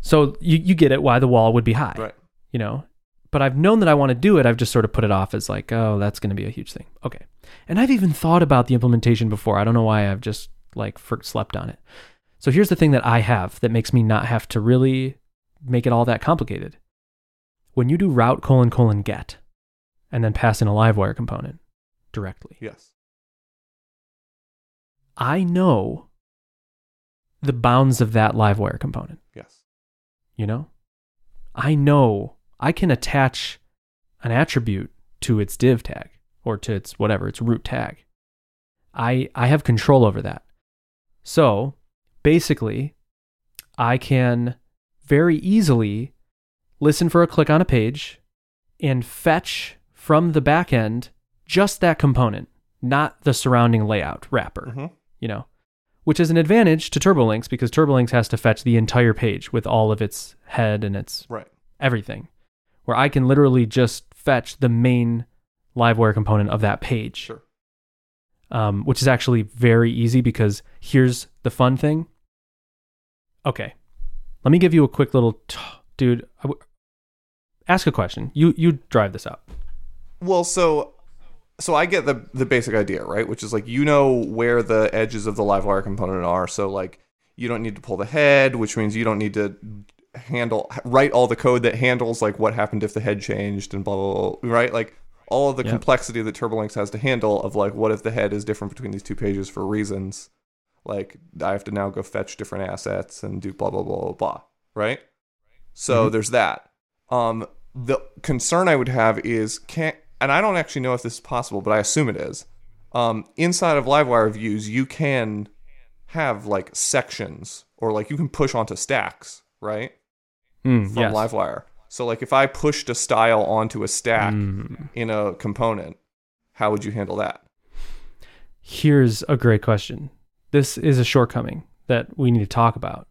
Speaker 1: so you, you get it why the wall would be high,
Speaker 2: Right.
Speaker 1: you know? But I've known that I want to do it. I've just sort of put it off as like, oh, that's going to be a huge thing. Okay. And I've even thought about the implementation before. I don't know why I've just like for, slept on it. So here's the thing that I have that makes me not have to really make it all that complicated. When you do route colon colon get and then pass in a livewire component directly,
Speaker 2: Yes.
Speaker 1: I know the bounds of that livewire component,
Speaker 2: Yes.
Speaker 1: you know? I know I can attach an attribute to its div tag or to its whatever, its root tag. I I have control over that. So, basically, I can very easily listen for a click on a page and fetch from the backend just that component, not the surrounding layout wrapper
Speaker 2: hmm
Speaker 1: you know, which is an advantage to TurboLinks because TurboLinks has to fetch the entire page with all of its head and its
Speaker 2: Right.
Speaker 1: everything, where I can literally just fetch the main livewire component of that page,
Speaker 2: Sure.
Speaker 1: um, which is actually very easy because here's the fun thing. Okay, let me give you a quick little, t- dude. I w- ask a question. You you drive this up.
Speaker 2: Well, so so I get the the basic idea, right? Which is like you know where the edges of the live wire component are, so like you don't need to pull the head, which means you don't need to handle write all the code that handles like what happened if the head changed and blah blah, blah right? Like all of the
Speaker 1: Yep.
Speaker 2: complexity that TurboLinks has to handle of like what if the head is different between these two pages for reasons. Like I have to now go fetch different assets and do blah blah blah blah blah, right? So there's that. Um, the concern I would have is can and I don't actually know if this is possible, but I assume it is. Um, inside of Livewire views, you can have like sections or like you can push onto stacks, right?
Speaker 1: Mm,
Speaker 2: From Livewire. So like if I pushed a style onto a stack
Speaker 1: Mm.
Speaker 2: in a component, how would you handle that?
Speaker 1: Here's a great question. This is a shortcoming that we need to talk about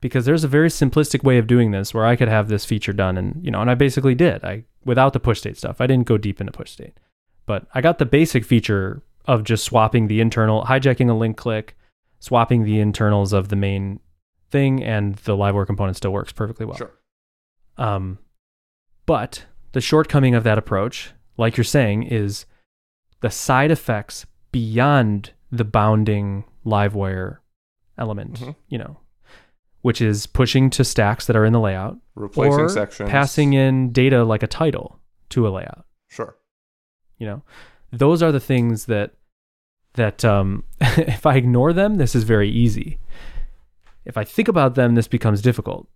Speaker 1: because there's a very simplistic way of doing this where I could have this feature done and you know and I basically did. I without the push state stuff. I didn't go deep into push state. But I got the basic feature of just swapping the internal hijacking a link click, swapping the internals of the main thing and the LiveWire component still works perfectly well.
Speaker 2: Sure.
Speaker 1: Um, but The shortcoming of that approach, like you're saying, is the side effects beyond the bounding live wire element,
Speaker 2: Mhm.
Speaker 1: you know, which is pushing to stacks that are in the layout
Speaker 2: Replacing
Speaker 1: or
Speaker 2: sections.
Speaker 1: passing in data like a title to a layout
Speaker 2: Sure.
Speaker 1: you know those are the things that that um if i ignore them this is very easy if i think about them this becomes difficult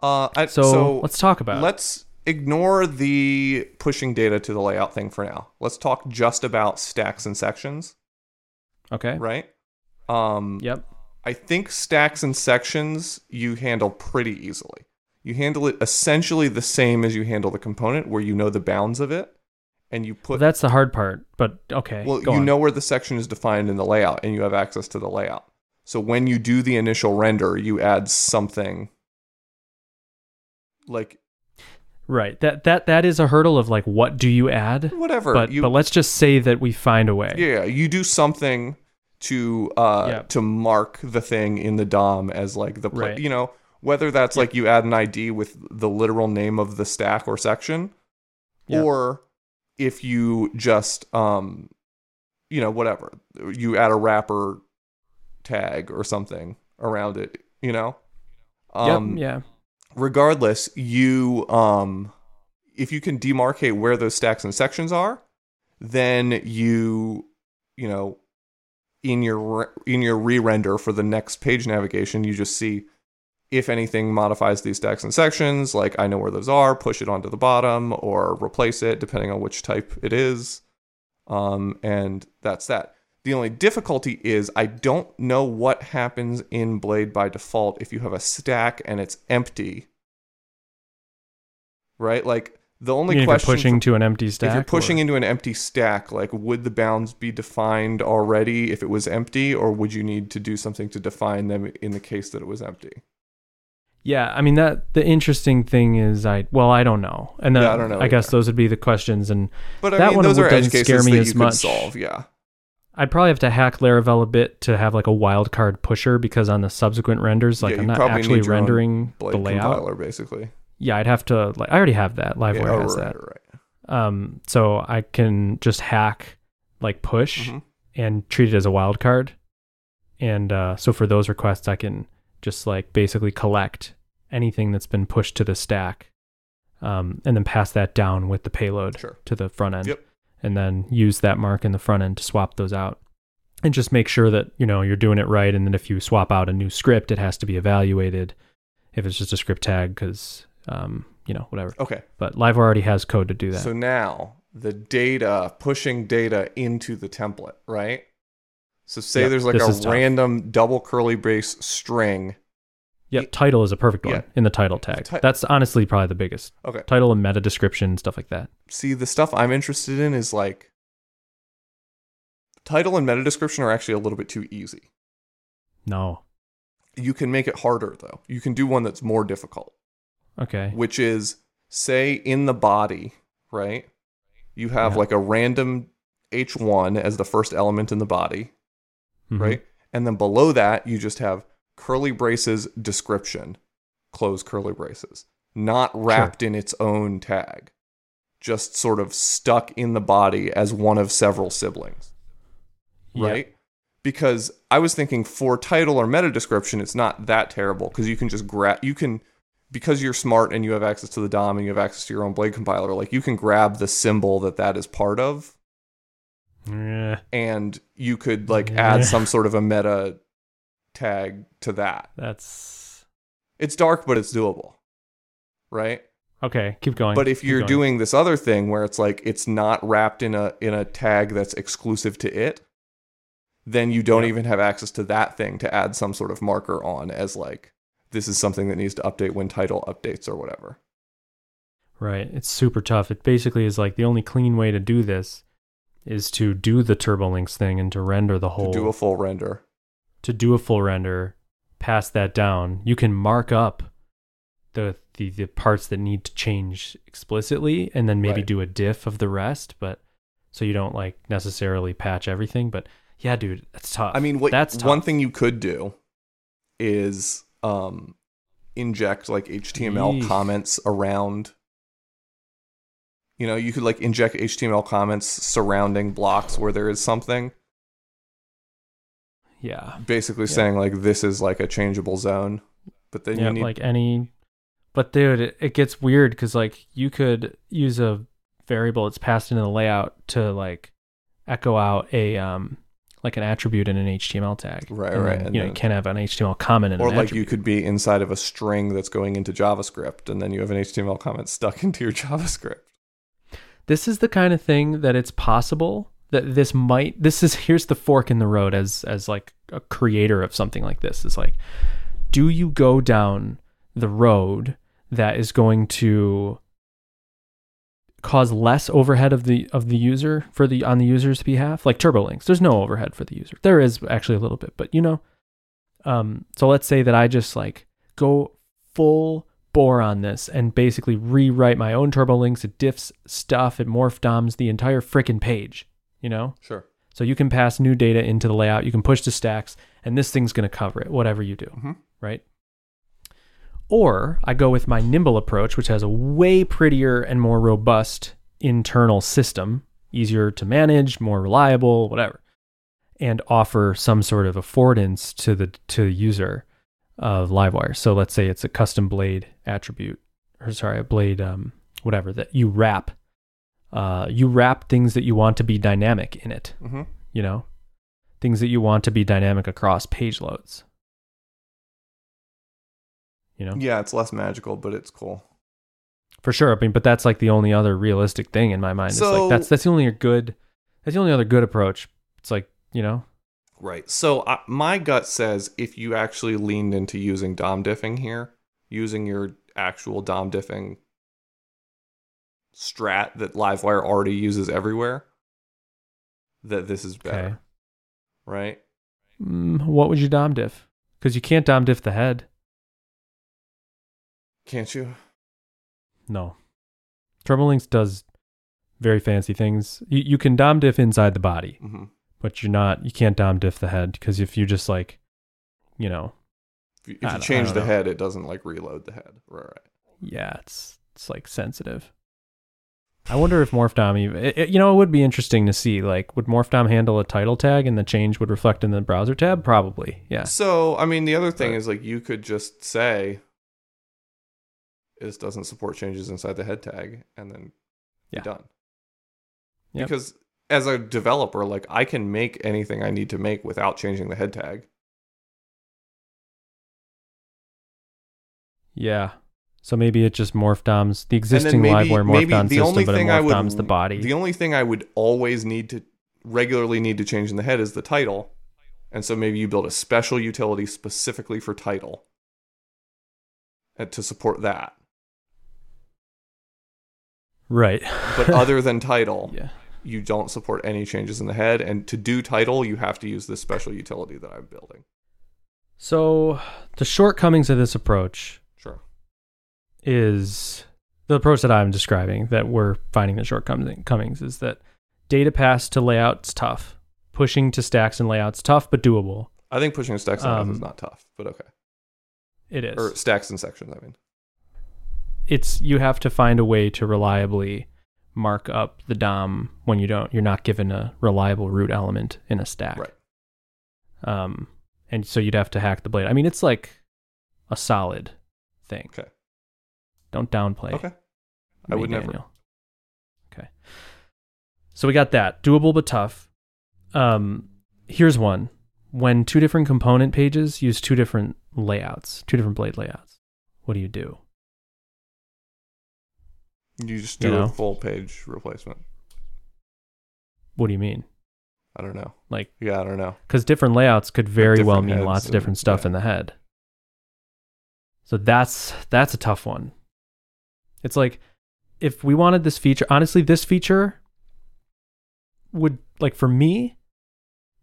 Speaker 2: Uh, I,
Speaker 1: so,
Speaker 2: so,
Speaker 1: let's talk about it.
Speaker 2: let's ignore the pushing data to the layout thing for now. Let's talk just about stacks and sections,
Speaker 1: okay
Speaker 2: right? Um,
Speaker 1: yep
Speaker 2: I think stacks and sections you handle pretty easily. You handle it essentially the same as you handle the component, where you know the bounds of it, and you
Speaker 1: well,
Speaker 2: put
Speaker 1: that's the hard part but okay
Speaker 2: well,
Speaker 1: go
Speaker 2: you
Speaker 1: on.
Speaker 2: know where the section is defined in the layout, and you have access to the layout. So when you do the initial render, you add something like
Speaker 1: right that that that is a hurdle of like what do you add
Speaker 2: whatever.
Speaker 1: but
Speaker 2: you,
Speaker 1: but let's just say that we find a way
Speaker 2: Yeah, you do something to uh
Speaker 1: Yeah.
Speaker 2: to mark the thing in the DOM as like the pla
Speaker 1: Right.
Speaker 2: you know whether that's like you add an ID with the literal name of the stack or section,
Speaker 1: Yeah.
Speaker 2: or if you just um you know whatever you add a wrapper tag or something around it, you know.
Speaker 1: Yep,
Speaker 2: um,
Speaker 1: yeah
Speaker 2: Regardless, you um if you can demarcate where those stacks and sections are, then you you know in your re- in your re-render for the next page navigation you just see if anything modifies these stacks and sections like i know where those are push it onto the bottom or replace it depending on which type it is um, and that's that the only difficulty is i don't know what happens in blade by default if you have a stack and it's empty right like the
Speaker 1: I mean,
Speaker 2: only
Speaker 1: if you're
Speaker 2: question for
Speaker 1: pushing to an empty stack
Speaker 2: if you're
Speaker 1: or-
Speaker 2: pushing into an empty stack, like would the bounds be defined already if it was empty, or would you need to do something to define them in the case that it was empty?
Speaker 1: Yeah, I mean that the interesting thing is I well I don't know, and
Speaker 2: Yeah,
Speaker 1: then
Speaker 2: I don't know
Speaker 1: I guess
Speaker 2: either.
Speaker 1: those would be the questions, and
Speaker 2: But I
Speaker 1: That
Speaker 2: mean,
Speaker 1: one
Speaker 2: those are edge
Speaker 1: doesn't
Speaker 2: cases
Speaker 1: scare me
Speaker 2: that
Speaker 1: as
Speaker 2: you
Speaker 1: much.
Speaker 2: could solve. Yeah,
Speaker 1: I'd probably have to hack Laravel a bit to have like a wildcard pusher because on the subsequent renders, like
Speaker 2: Yeah,
Speaker 1: I'm
Speaker 2: you
Speaker 1: not
Speaker 2: probably
Speaker 1: actually
Speaker 2: need your own
Speaker 1: rendering the
Speaker 2: Blade
Speaker 1: layout.
Speaker 2: compiler basically.
Speaker 1: Yeah, I'd have to like I already have that.
Speaker 2: Yeah,
Speaker 1: Livewire
Speaker 2: oh,
Speaker 1: has
Speaker 2: right,
Speaker 1: that,
Speaker 2: right.
Speaker 1: um, so I can just hack like push
Speaker 2: Mhm.
Speaker 1: and treat it as a wildcard, and uh, so for those requests, I can just like basically collect anything that's been pushed to the stack, um, and then pass that down with the payload
Speaker 2: Sure.
Speaker 1: to the front end.
Speaker 2: Yep.
Speaker 1: and then use that mark in the front end to swap those out and just make sure that you know you're doing it right and then if you swap out a new script it has to be evaluated if it's just a script tag because um, you know whatever
Speaker 2: Okay,
Speaker 1: but live already has code to do that
Speaker 2: Oh. so now the data pushing data into the template, right? So say
Speaker 1: Yep,
Speaker 2: there's like
Speaker 1: this is
Speaker 2: a
Speaker 1: tough.
Speaker 2: random double curly brace string.
Speaker 1: yep title is a perfect one
Speaker 2: Yeah.
Speaker 1: in the title tag
Speaker 2: Ti-
Speaker 1: that's honestly probably the biggest
Speaker 2: Okay,
Speaker 1: title and meta description stuff like that
Speaker 2: see the stuff I'm interested in is like title and meta description are actually a little bit too easy.
Speaker 1: no
Speaker 2: You can make it harder though. You can do one that's more difficult,
Speaker 1: okay
Speaker 2: which is say in the body, right? You have
Speaker 1: Yeah.
Speaker 2: like a random H1 as the first element in the body,
Speaker 1: Mhm.
Speaker 2: right? And then below that, you just have curly braces description, close curly braces, not wrapped in its own tag, just sort of stuck in the body as one of several siblings,
Speaker 1: Yeah.
Speaker 2: right? Because I was thinking for title or meta description, it's not that terrible because you can just grab, you can, because you're smart and you have access to the DOM and you have access to your own Blade compiler, like you can grab the symbol that that is part of
Speaker 1: yeah
Speaker 2: and you could like add
Speaker 1: Oh, Yeah.
Speaker 2: some sort of a meta tag to that.
Speaker 1: that's
Speaker 2: It's dark, but it's doable, right?
Speaker 1: okay keep going
Speaker 2: But if
Speaker 1: Keep
Speaker 2: you're
Speaker 1: going.
Speaker 2: doing this other thing where it's like it's not wrapped in a in a tag that's exclusive to it, then you don't
Speaker 1: Yeah.
Speaker 2: even have access to that thing to add some sort of marker on as like this is something that needs to update when title updates or whatever.
Speaker 1: Right. It's super tough. It basically is like the only clean way to do this is to do the TurboLinks thing and to render the whole
Speaker 2: To do a full render.
Speaker 1: to do a full render, pass that down. You can mark up the the, the parts that need to change explicitly and then maybe
Speaker 2: Right.
Speaker 1: do a diff of the rest, but so you don't like necessarily patch everything, but yeah, dude, that's tough.
Speaker 2: I mean, what
Speaker 1: that's tough.
Speaker 2: one thing you could do is um, inject like HTML
Speaker 1: Yeesh.
Speaker 2: comments around You know, you could like inject HTML comments surrounding blocks where there is something,
Speaker 1: Yeah.
Speaker 2: basically saying like this is like a changeable zone. But then
Speaker 1: Yeah,
Speaker 2: you need
Speaker 1: like any but dude, it, it gets weird because like you could use a variable that's passed into the layout to like echo out a um like an attribute in an HTML tag.
Speaker 2: Right,
Speaker 1: And
Speaker 2: right,
Speaker 1: then,
Speaker 2: and
Speaker 1: you know,
Speaker 2: then-
Speaker 1: you can't have an HTML comment in
Speaker 2: or
Speaker 1: an
Speaker 2: like you
Speaker 1: attribute.
Speaker 2: could be inside of a string that's going into JavaScript, and then you have an HTML comment stuck into your JavaScript.
Speaker 1: This is the kind of thing that it's possible that this might this is here's the fork in the road as as like a creator of something like this is like do you go down the road that is going to cause less overhead of the of the user for the on the user's behalf like turbolinks there's no overhead for the user there is actually a little bit but you know um so let's say that i just like go full bore on this and basically rewrite my own turbolinks it diffs stuff it morph doms the entire frickin' page you know
Speaker 2: Sure.
Speaker 1: so you can pass new data into the layout, you can push to stacks, and this thing's going to cover it, whatever you do,
Speaker 2: Mhm.
Speaker 1: right? Or I go with my nimble approach, which has a way prettier and more robust internal system, easier to manage, more reliable, whatever, and offer some sort of affordance to the to the user of Livewire. So let's say it's a custom blade attribute, or sorry, a blade um, whatever that you wrap. Uh, you wrap things that you want to be dynamic in it
Speaker 2: Mm-hmm.
Speaker 1: you know, things that you want to be dynamic across page loads. You know,
Speaker 2: Yeah, it's less magical, but it's cool.
Speaker 1: for sure. I mean, but that's like the only other realistic thing in my mind. It's
Speaker 2: So-
Speaker 1: like that's that's the only good, that's the only other good approach. It's like you know,
Speaker 2: Right. So I, my gut says if you actually leaned into using dom diffing here, using your actual dom diffing strat that Livewire already uses everywhere, that this is better.
Speaker 1: Okay.
Speaker 2: Right.
Speaker 1: mm, what would you dom diff? Because you can't dom diff the head.
Speaker 2: Can't you?
Speaker 1: No, Turbolinks does very fancy things. You you can dom diff inside the body.
Speaker 2: hmm
Speaker 1: But you're not, you can't dom diff the head because if you just like, you know,
Speaker 2: If you,
Speaker 1: I
Speaker 2: if you
Speaker 1: don't- I
Speaker 2: change
Speaker 1: don't
Speaker 2: the
Speaker 1: know.
Speaker 2: head, it doesn't like reload the head. Right. right.
Speaker 1: yeah, it's it's like sensitive. I wonder if Morphdom even it, it- you know it would be interesting to see like would Morphdom handle a title tag and the change would reflect in the browser tab probably. Yeah.
Speaker 2: So I mean, the other thing
Speaker 1: But-
Speaker 2: is like you could just say this doesn't support changes inside the head tag, and then
Speaker 1: Yeah.
Speaker 2: you're done.
Speaker 1: Yep.
Speaker 2: Because as a developer, like I can make anything I need to make without changing the head tag.
Speaker 1: Yeah. So maybe it just Morphdom's the existing LiveWire Morphdom system, but it Morphdom's the body.
Speaker 2: The only thing I would always need to regularly need to change in the head is the title. And so maybe you build a special utility specifically for title uh, to support that.
Speaker 1: right.
Speaker 2: But other than title,
Speaker 1: yeah.
Speaker 2: you don't support any changes in the head. And to do title, you have to use this special utility that I'm building.
Speaker 1: So the shortcomings of this approach
Speaker 2: Sure.
Speaker 1: is the approach that I'm describing that we're finding the shortcomings is that data pass to layouts tough, pushing to stacks and layouts tough but doable.
Speaker 2: I think pushing a stacks and
Speaker 1: Um,
Speaker 2: is not tough, but okay.
Speaker 1: It is.
Speaker 2: Or stacks and sections, I mean.
Speaker 1: It's you have to find a way to reliably mark up the DOM when you don't. You're not given a reliable root element in a stack.
Speaker 2: Right.
Speaker 1: Um, and so you'd have to hack the blade. I mean, it's like a solid thing.
Speaker 2: Okay.
Speaker 1: Don't downplay.
Speaker 2: Okay. I
Speaker 1: me,
Speaker 2: would never.
Speaker 1: Daniel. Okay. So we got that doable but tough. Um, here's one: when two different component pages use two different layouts, two different blade layouts, what do you do?
Speaker 2: You just do
Speaker 1: You know?
Speaker 2: a full page replacement.
Speaker 1: What do you mean?
Speaker 2: I don't know.
Speaker 1: Like
Speaker 2: Yeah, I don't know.
Speaker 1: because different layouts could very well
Speaker 2: different
Speaker 1: mean
Speaker 2: heads
Speaker 1: lots of different
Speaker 2: and-
Speaker 1: stuff
Speaker 2: yeah.
Speaker 1: in the head. So that's that's a tough one. It's like if we wanted this feature, honestly, this feature would like for me,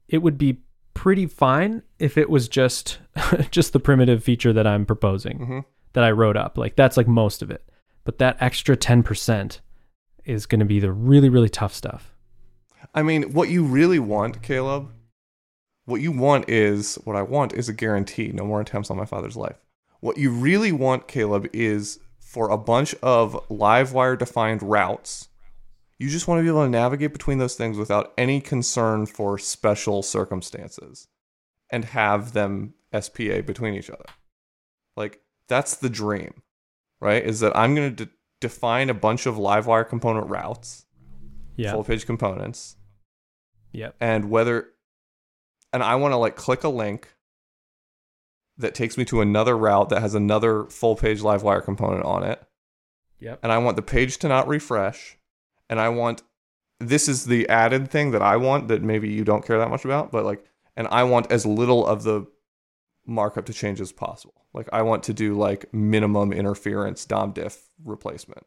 Speaker 1: it would be pretty fine if it was just just the primitive feature that I'm proposing
Speaker 2: hmm
Speaker 1: that I wrote up. Like that's like most of it. But that extra 10% is going to be the really really tough stuff.
Speaker 2: I mean, what you really want, Caleb, what you want is what I want is a guarantee. No more attempts on my father's life. What you really want, Caleb, is for a bunch of live wire defined routes You just want to be able to navigate between those things without any concern for special circumstances and have them SPA between each other. Like, that's the dream, right? Is that I'm going to de- define a bunch of Livewire component routes,
Speaker 1: Yeah.
Speaker 2: full page components,
Speaker 1: Yep.
Speaker 2: and whether, and I want to like click a link that takes me to another route that has another full page Livewire component on it
Speaker 1: Yep.
Speaker 2: and I want the page to not refresh, and I want this is the added thing that I want that maybe you don't care that much about, but like, and I want as little of the markup to change as possible. Like, I want to do like minimum interference DOM diff replacement.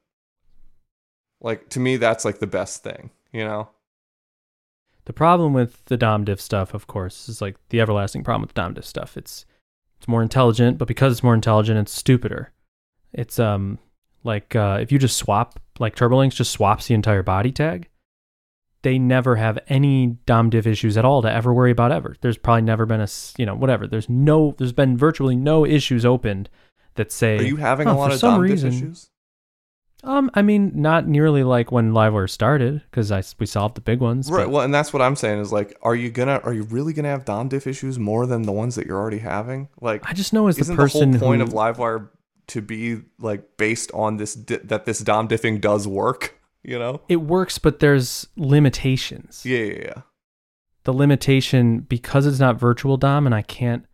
Speaker 2: Like, to me, that's like the best thing, you know?
Speaker 1: The problem with the Dom Diff stuff, of course, is like the everlasting problem with Dom Diff stuff. It's it's more intelligent, but because it's more intelligent, it's stupider. It's um like uh, if you just swap like TurboLinks just swaps the entire body tag, they never have any Dom Diff issues at all to ever worry about ever. There's probably never been a s- you know whatever. There's no there's been virtually no issues opened that say
Speaker 2: Are you having
Speaker 1: "Huh,
Speaker 2: a lot
Speaker 1: Oh, for
Speaker 2: of
Speaker 1: some
Speaker 2: DOM
Speaker 1: reason,
Speaker 2: diff issues?
Speaker 1: Um, I mean, not nearly like when Livewire started because I s- we solved the big ones.
Speaker 2: Right.
Speaker 1: but-
Speaker 2: Well, and that's what I'm saying is like, are you gonna, are you really gonna have DOM diff issues more than the ones that you're already having? Like,
Speaker 1: I just know as the
Speaker 2: isn't
Speaker 1: person
Speaker 2: the whole point
Speaker 1: who,
Speaker 2: of Livewire to be like based on this di- that this dom diffing does work? You know?
Speaker 1: it works, but there's limitations.
Speaker 2: Yeah, yeah, yeah.
Speaker 1: The limitation because it's not virtual DOM and I can't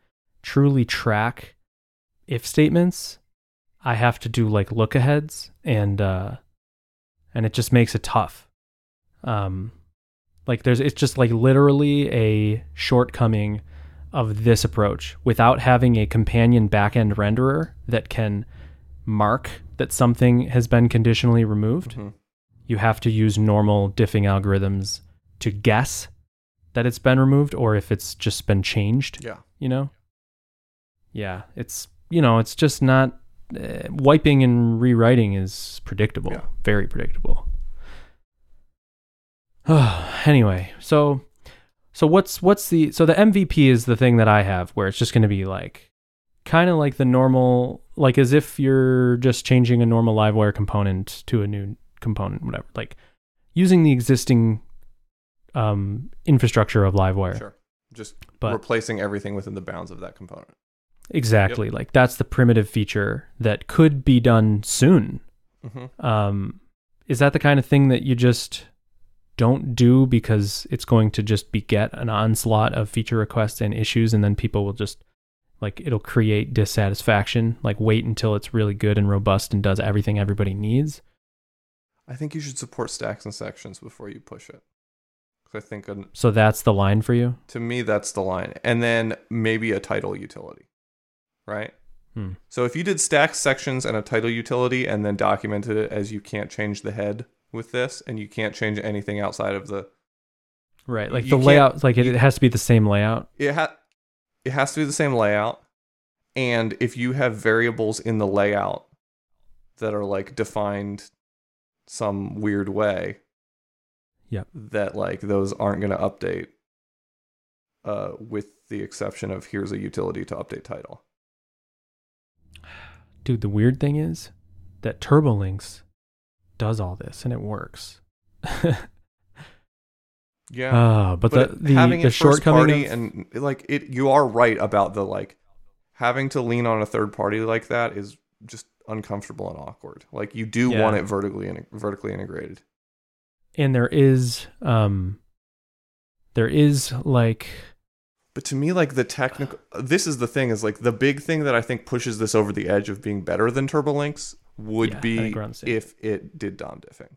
Speaker 1: truly track if statements. I have to do like look aheads and uh, and it just makes it tough. Um, like there's it's just like literally a shortcoming of this approach without having a companion backend renderer that can mark that something has been conditionally removed
Speaker 2: Mhm.
Speaker 1: you have to use normal diffing algorithms to guess that it's been removed or if it's just been changed,
Speaker 2: Yeah.
Speaker 1: you know? Yeah, it's, you know, it's just not uh, wiping and rewriting is predictable,
Speaker 2: Yeah.
Speaker 1: very predictable. anyway, so so what's what's the so the MVP is the thing that I have where it's just going to be like kind of like the normal like as if you're just changing a normal livewire component to a new component whatever like using the existing um infrastructure of livewire
Speaker 2: Sure. Just
Speaker 1: But-
Speaker 2: replacing everything within the bounds of that component.
Speaker 1: exactly like that's the primitive feature that could be done soon
Speaker 2: Mm-hmm.
Speaker 1: um, is that the kind of thing that you just don't do because it's going to just beget an onslaught of feature requests and issues and then people will just like it'll create dissatisfaction like wait until it's really good and robust and does everything everybody needs
Speaker 2: I think you should support stacks and sections before you push it. 'Cause I think an,
Speaker 1: so that's the line for you
Speaker 2: to me that's the line, and then maybe a title utility, right?
Speaker 1: Hmm.
Speaker 2: So if you did stacks, sections, and a title utility, and then documented it as you can't change the head with this, and you can't change anything outside of the
Speaker 1: right
Speaker 2: like
Speaker 1: like
Speaker 2: You
Speaker 1: the
Speaker 2: the can't- layout-
Speaker 1: layout like it,
Speaker 2: you-
Speaker 1: it has to be the same layout
Speaker 2: it ha- it has to be the same layout and if you have variables in the layout that are like defined some weird way
Speaker 1: Yep.
Speaker 2: that like those aren't going to update uh with the exception of here's a utility to update title
Speaker 1: dude the weird thing is that turbolinx does all this and it works
Speaker 2: yeah
Speaker 1: Ah, but,
Speaker 2: it-
Speaker 1: the the,
Speaker 2: having
Speaker 1: the
Speaker 2: it first
Speaker 1: shortcoming
Speaker 2: party
Speaker 1: of-
Speaker 2: and like it you are right about the like having to lean on a third party like that is just uncomfortable and awkward like you do
Speaker 1: Yeah.
Speaker 2: want it vertically in, vertically integrated
Speaker 1: and there is um there is like
Speaker 2: But to me, like the technical, this is the thing is like the big thing that I think pushes this over the edge of being better than Turbolinx would
Speaker 1: Yeah, I
Speaker 2: be
Speaker 1: think we're on the same-
Speaker 2: if it did dom diffing.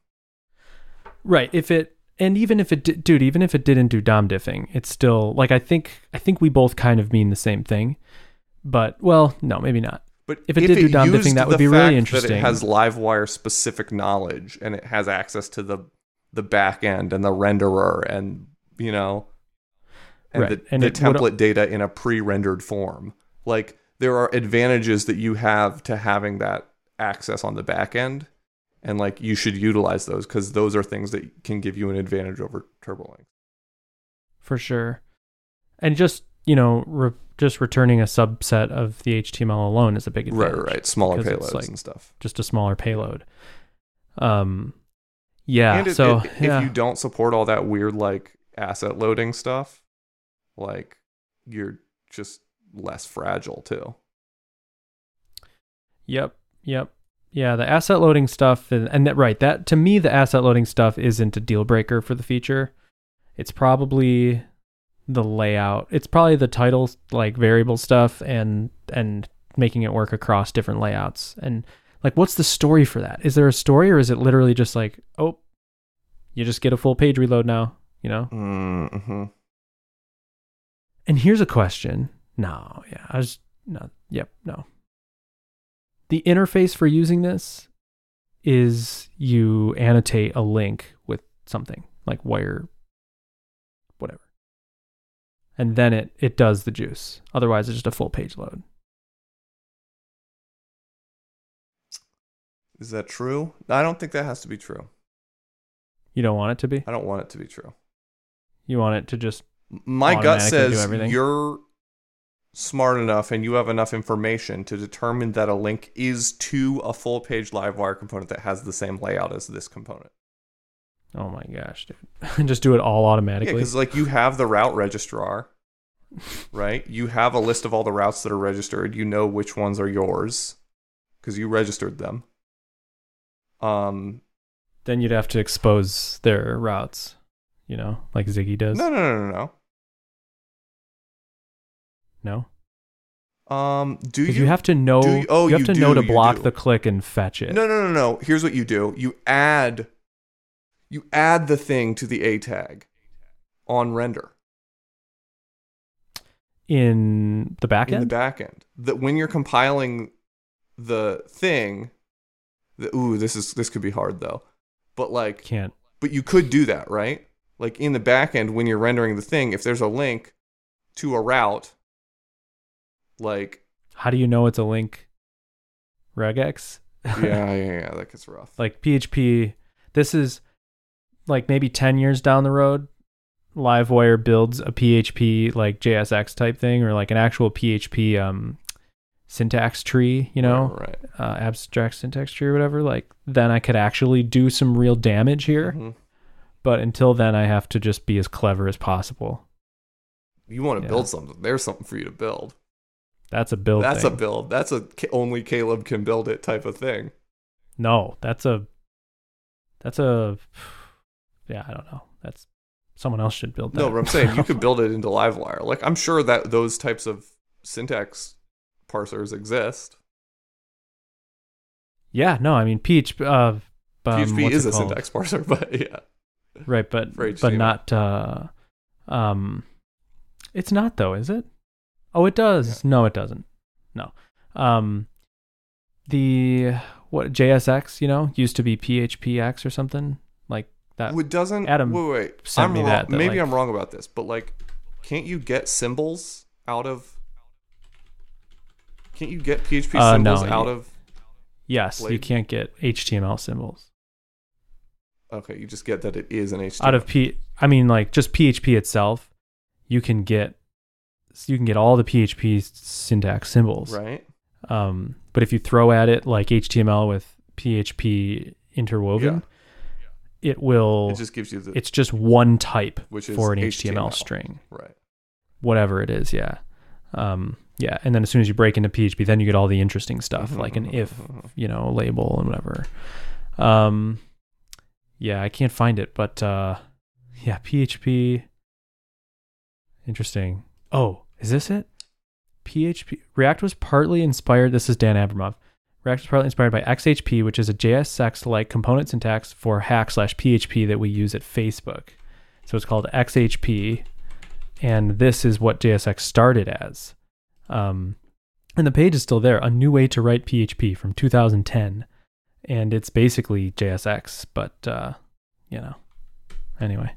Speaker 1: right if it and even if it did, dude even if it didn't do dom diffing it's still like i think i think we both kind of mean the same thing but well no maybe not
Speaker 2: But
Speaker 1: If it did do dom diffing,
Speaker 2: used
Speaker 1: that would
Speaker 2: the
Speaker 1: be really
Speaker 2: fact That
Speaker 1: interesting.
Speaker 2: it has LiveWire specific knowledge and it has access to the the back end and the renderer and you know and
Speaker 1: Right,
Speaker 2: the,
Speaker 1: and
Speaker 2: the
Speaker 1: it would-
Speaker 2: template data in a pre-rendered form. Like there are advantages that you have to having that access on the back end. And like you should utilize those because those are things that can give you an advantage over TurboLink.
Speaker 1: for sure and just you know re- just returning a subset of the html alone is a big
Speaker 2: Right,
Speaker 1: advantage
Speaker 2: right, right. Smaller
Speaker 1: because it's
Speaker 2: payloads
Speaker 1: like-
Speaker 2: and stuff.
Speaker 1: just a smaller payload. Um, Yeah.
Speaker 2: and it-
Speaker 1: so
Speaker 2: it-
Speaker 1: yeah.
Speaker 2: if you don't support all that weird like asset loading stuff, like you're just less fragile too.
Speaker 1: Yep. Yep. Yeah, the asset loading stuff and, and that right, that to me the asset loading stuff isn't a deal breaker for the feature. It's probably the layout. It's probably the title like variable stuff and and making it work across different layouts. And like what's the story for that? Is there a story or is it literally just like, "Oh, you just get a full page reload now," you know?
Speaker 2: Mm-hmm.
Speaker 1: And here's a question. No, yeah, I was no, yep, no. The interface for using this is you annotate a link with something like wire, whatever, and then it it does the juice. Otherwise, it's just a full page load.
Speaker 2: Is that true? I don't think that has to be true.
Speaker 1: You don't want it to be.
Speaker 2: I don't want it to be true.
Speaker 1: You want it to just
Speaker 2: My gut
Speaker 1: Automatically do
Speaker 2: says
Speaker 1: everything.
Speaker 2: you're smart enough and you have enough information to determine that a link is to a full page Livewire component that has the same layout as this component.
Speaker 1: oh my gosh, dude, just do it all
Speaker 2: Yeah,
Speaker 1: automatically.
Speaker 2: because like you have the route registrar, right? You have a list of all the routes that are registered. You know which ones are yours because you registered them. Um,
Speaker 1: then you'd have to expose their routes, you know, like Ziggy does.
Speaker 2: no, no, no, no,
Speaker 1: no?
Speaker 2: no. Um, do
Speaker 1: Because
Speaker 2: you,
Speaker 1: you, have to know.
Speaker 2: do you- oh,
Speaker 1: you have
Speaker 2: you
Speaker 1: to
Speaker 2: do,
Speaker 1: know to
Speaker 2: you
Speaker 1: block
Speaker 2: do.
Speaker 1: the click and fetch it.
Speaker 2: No, no, no, no. Here's what you do. You add you add the thing to the A tag on render
Speaker 1: In the back
Speaker 2: in the
Speaker 1: end.
Speaker 2: back end. That when you're compiling the thing, the, ooh, this is this could be hard though. But like
Speaker 1: Can't.
Speaker 2: but you could do that, right? Like in the back end when you're rendering the thing, if there's a link to a route like
Speaker 1: How do you know it's a link? Regex.
Speaker 2: yeah, yeah, yeah, that gets rough.
Speaker 1: Like PHP. This is like maybe ten years down the road. Livewire builds a PHP like JSX type thing or like an actual PHP um, syntax tree. You know.
Speaker 2: right.
Speaker 1: uh, abstract syntax tree or whatever, like then I could actually do some real damage here.
Speaker 2: Mhm.
Speaker 1: But until then, I have to just be as clever as possible.
Speaker 2: You want to
Speaker 1: Yeah.
Speaker 2: build something. There's something for you to build.
Speaker 1: That's a build.
Speaker 2: that's
Speaker 1: thing.
Speaker 2: a build. That's a K- only Caleb can build it type of thing.
Speaker 1: no. That's a. That's a. Yeah, I don't know. That's someone else should build that.
Speaker 2: No, but I'm saying you could build it into Livewire. Like I'm sure that those types of syntax parsers exist.
Speaker 1: yeah, no. I mean, PHP. Uh, um,
Speaker 2: PHP
Speaker 1: what's
Speaker 2: is
Speaker 1: it
Speaker 2: a
Speaker 1: called?
Speaker 2: syntax parser, but yeah,
Speaker 1: right? But
Speaker 2: for
Speaker 1: but
Speaker 2: HTML.
Speaker 1: not. Uh, um, it's not though, is it? Oh, it does. No, it doesn't. No. Um, the what JSX, you know, used to be PHPX or something like that.
Speaker 2: It doesn't.
Speaker 1: Uh, Adam
Speaker 2: wait, wait.
Speaker 1: sent
Speaker 2: I'm
Speaker 1: me
Speaker 2: wrong.
Speaker 1: that, that,
Speaker 2: Maybe
Speaker 1: like-
Speaker 2: I'm wrong about this, but like, can't you get symbols out of? Can't you get PHP
Speaker 1: Uh, no,
Speaker 2: symbols
Speaker 1: you-
Speaker 2: out of?
Speaker 1: yes, you
Speaker 2: Blade.
Speaker 1: can't get HTML symbols
Speaker 2: Okay, you just get that it is an HTML.
Speaker 1: out of P. I mean, like just PHP itself, you can get you can get all the PHP syntax symbols.
Speaker 2: right.
Speaker 1: Um, but if you throw at it like HTML with PHP interwoven, it will.
Speaker 2: It just gives you the
Speaker 1: it's just one type
Speaker 2: which is
Speaker 1: for an
Speaker 2: HTML,
Speaker 1: HTML, string,
Speaker 2: Right.
Speaker 1: whatever it is. Yeah. Um, yeah. And then as soon as you break into PHP, then you get all the interesting stuff
Speaker 2: Mhm,
Speaker 1: like an
Speaker 2: mhm,
Speaker 1: if,
Speaker 2: mhm, mhm.
Speaker 1: you know, label and whatever. Um, yeah, I can't find it, but uh, yeah, PHP. Interesting. Oh, is this it? PHP React was partly inspired. This is Dan Abramov. React was partly inspired by XHP, which is a JSX-like component syntax for hack slash PHP that we use at Facebook. So it's called XHP, and this is what JSX started as. Um, and the page is still there. A new way to write PHP from 2010, and it's basically JSX, but uh, you know, anyway.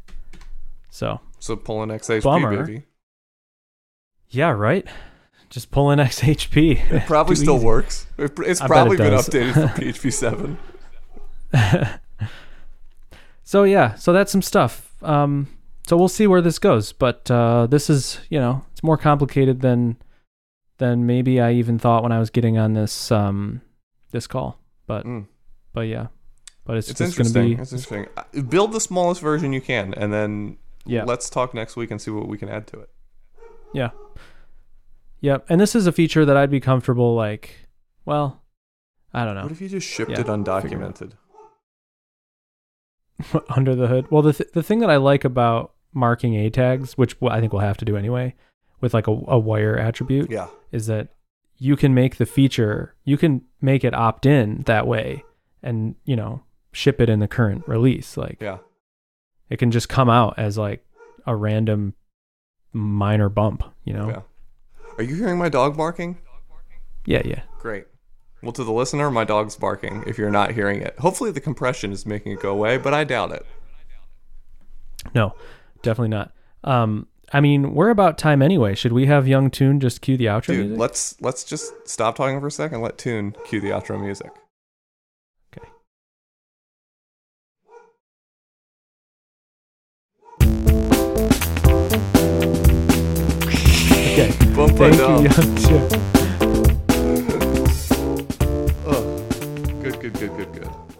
Speaker 1: So
Speaker 2: So pull an XHP
Speaker 1: Bummer.
Speaker 2: baby.
Speaker 1: yeah, right. Just pull in XHP.
Speaker 2: It probably
Speaker 1: Too
Speaker 2: still
Speaker 1: easy.
Speaker 2: works. It- It's
Speaker 1: I bet it
Speaker 2: probably been
Speaker 1: does.
Speaker 2: updated for PHP 7.
Speaker 1: so yeah, so that's some stuff. Um, so we'll see where this goes, but uh, this is you know it's more complicated than than maybe I even thought when I was getting on this um, this call. But
Speaker 2: Mm.
Speaker 1: but yeah, But it's,
Speaker 2: It's
Speaker 1: just going to
Speaker 2: interesting.
Speaker 1: be
Speaker 2: It's interesting. Uh, Build the smallest version you can, and then
Speaker 1: yeah,
Speaker 2: let's talk next week and see what we can add to it.
Speaker 1: yeah, yeah. And this is a feature that I'd be comfortable like, well, I don't
Speaker 2: What
Speaker 1: know,
Speaker 2: if you just shipped
Speaker 1: Yeah,
Speaker 2: it
Speaker 1: figure it out.
Speaker 2: undocumented?
Speaker 1: under the hood. Well, the th- the thing that I like about marking a tags, which I think we'll have to do anyway, with like a, a wire attribute,
Speaker 2: Yeah.
Speaker 1: is that you can make the feature you can make it opt in that way and you know ship it in the current release like
Speaker 2: Yeah.
Speaker 1: it can just come out as like a random minor bump you know
Speaker 2: Yeah. Are you hearing my dog barking?
Speaker 1: yeah yeah
Speaker 2: Great. Well, to the listener, my dog's barking if you're not hearing it. Hopefully, the compression is making it go away, but I doubt it.
Speaker 1: no definitely not um i mean we're about time anyway should we have young tune just cue the outro
Speaker 2: Dude,
Speaker 1: music?
Speaker 2: let's let's just stop talking for a second. Let Tune cue the outro music.
Speaker 1: okay okay
Speaker 2: Bump
Speaker 1: thank
Speaker 2: my dog.
Speaker 1: you young tune
Speaker 2: Ugh. Good, good, good, good, good.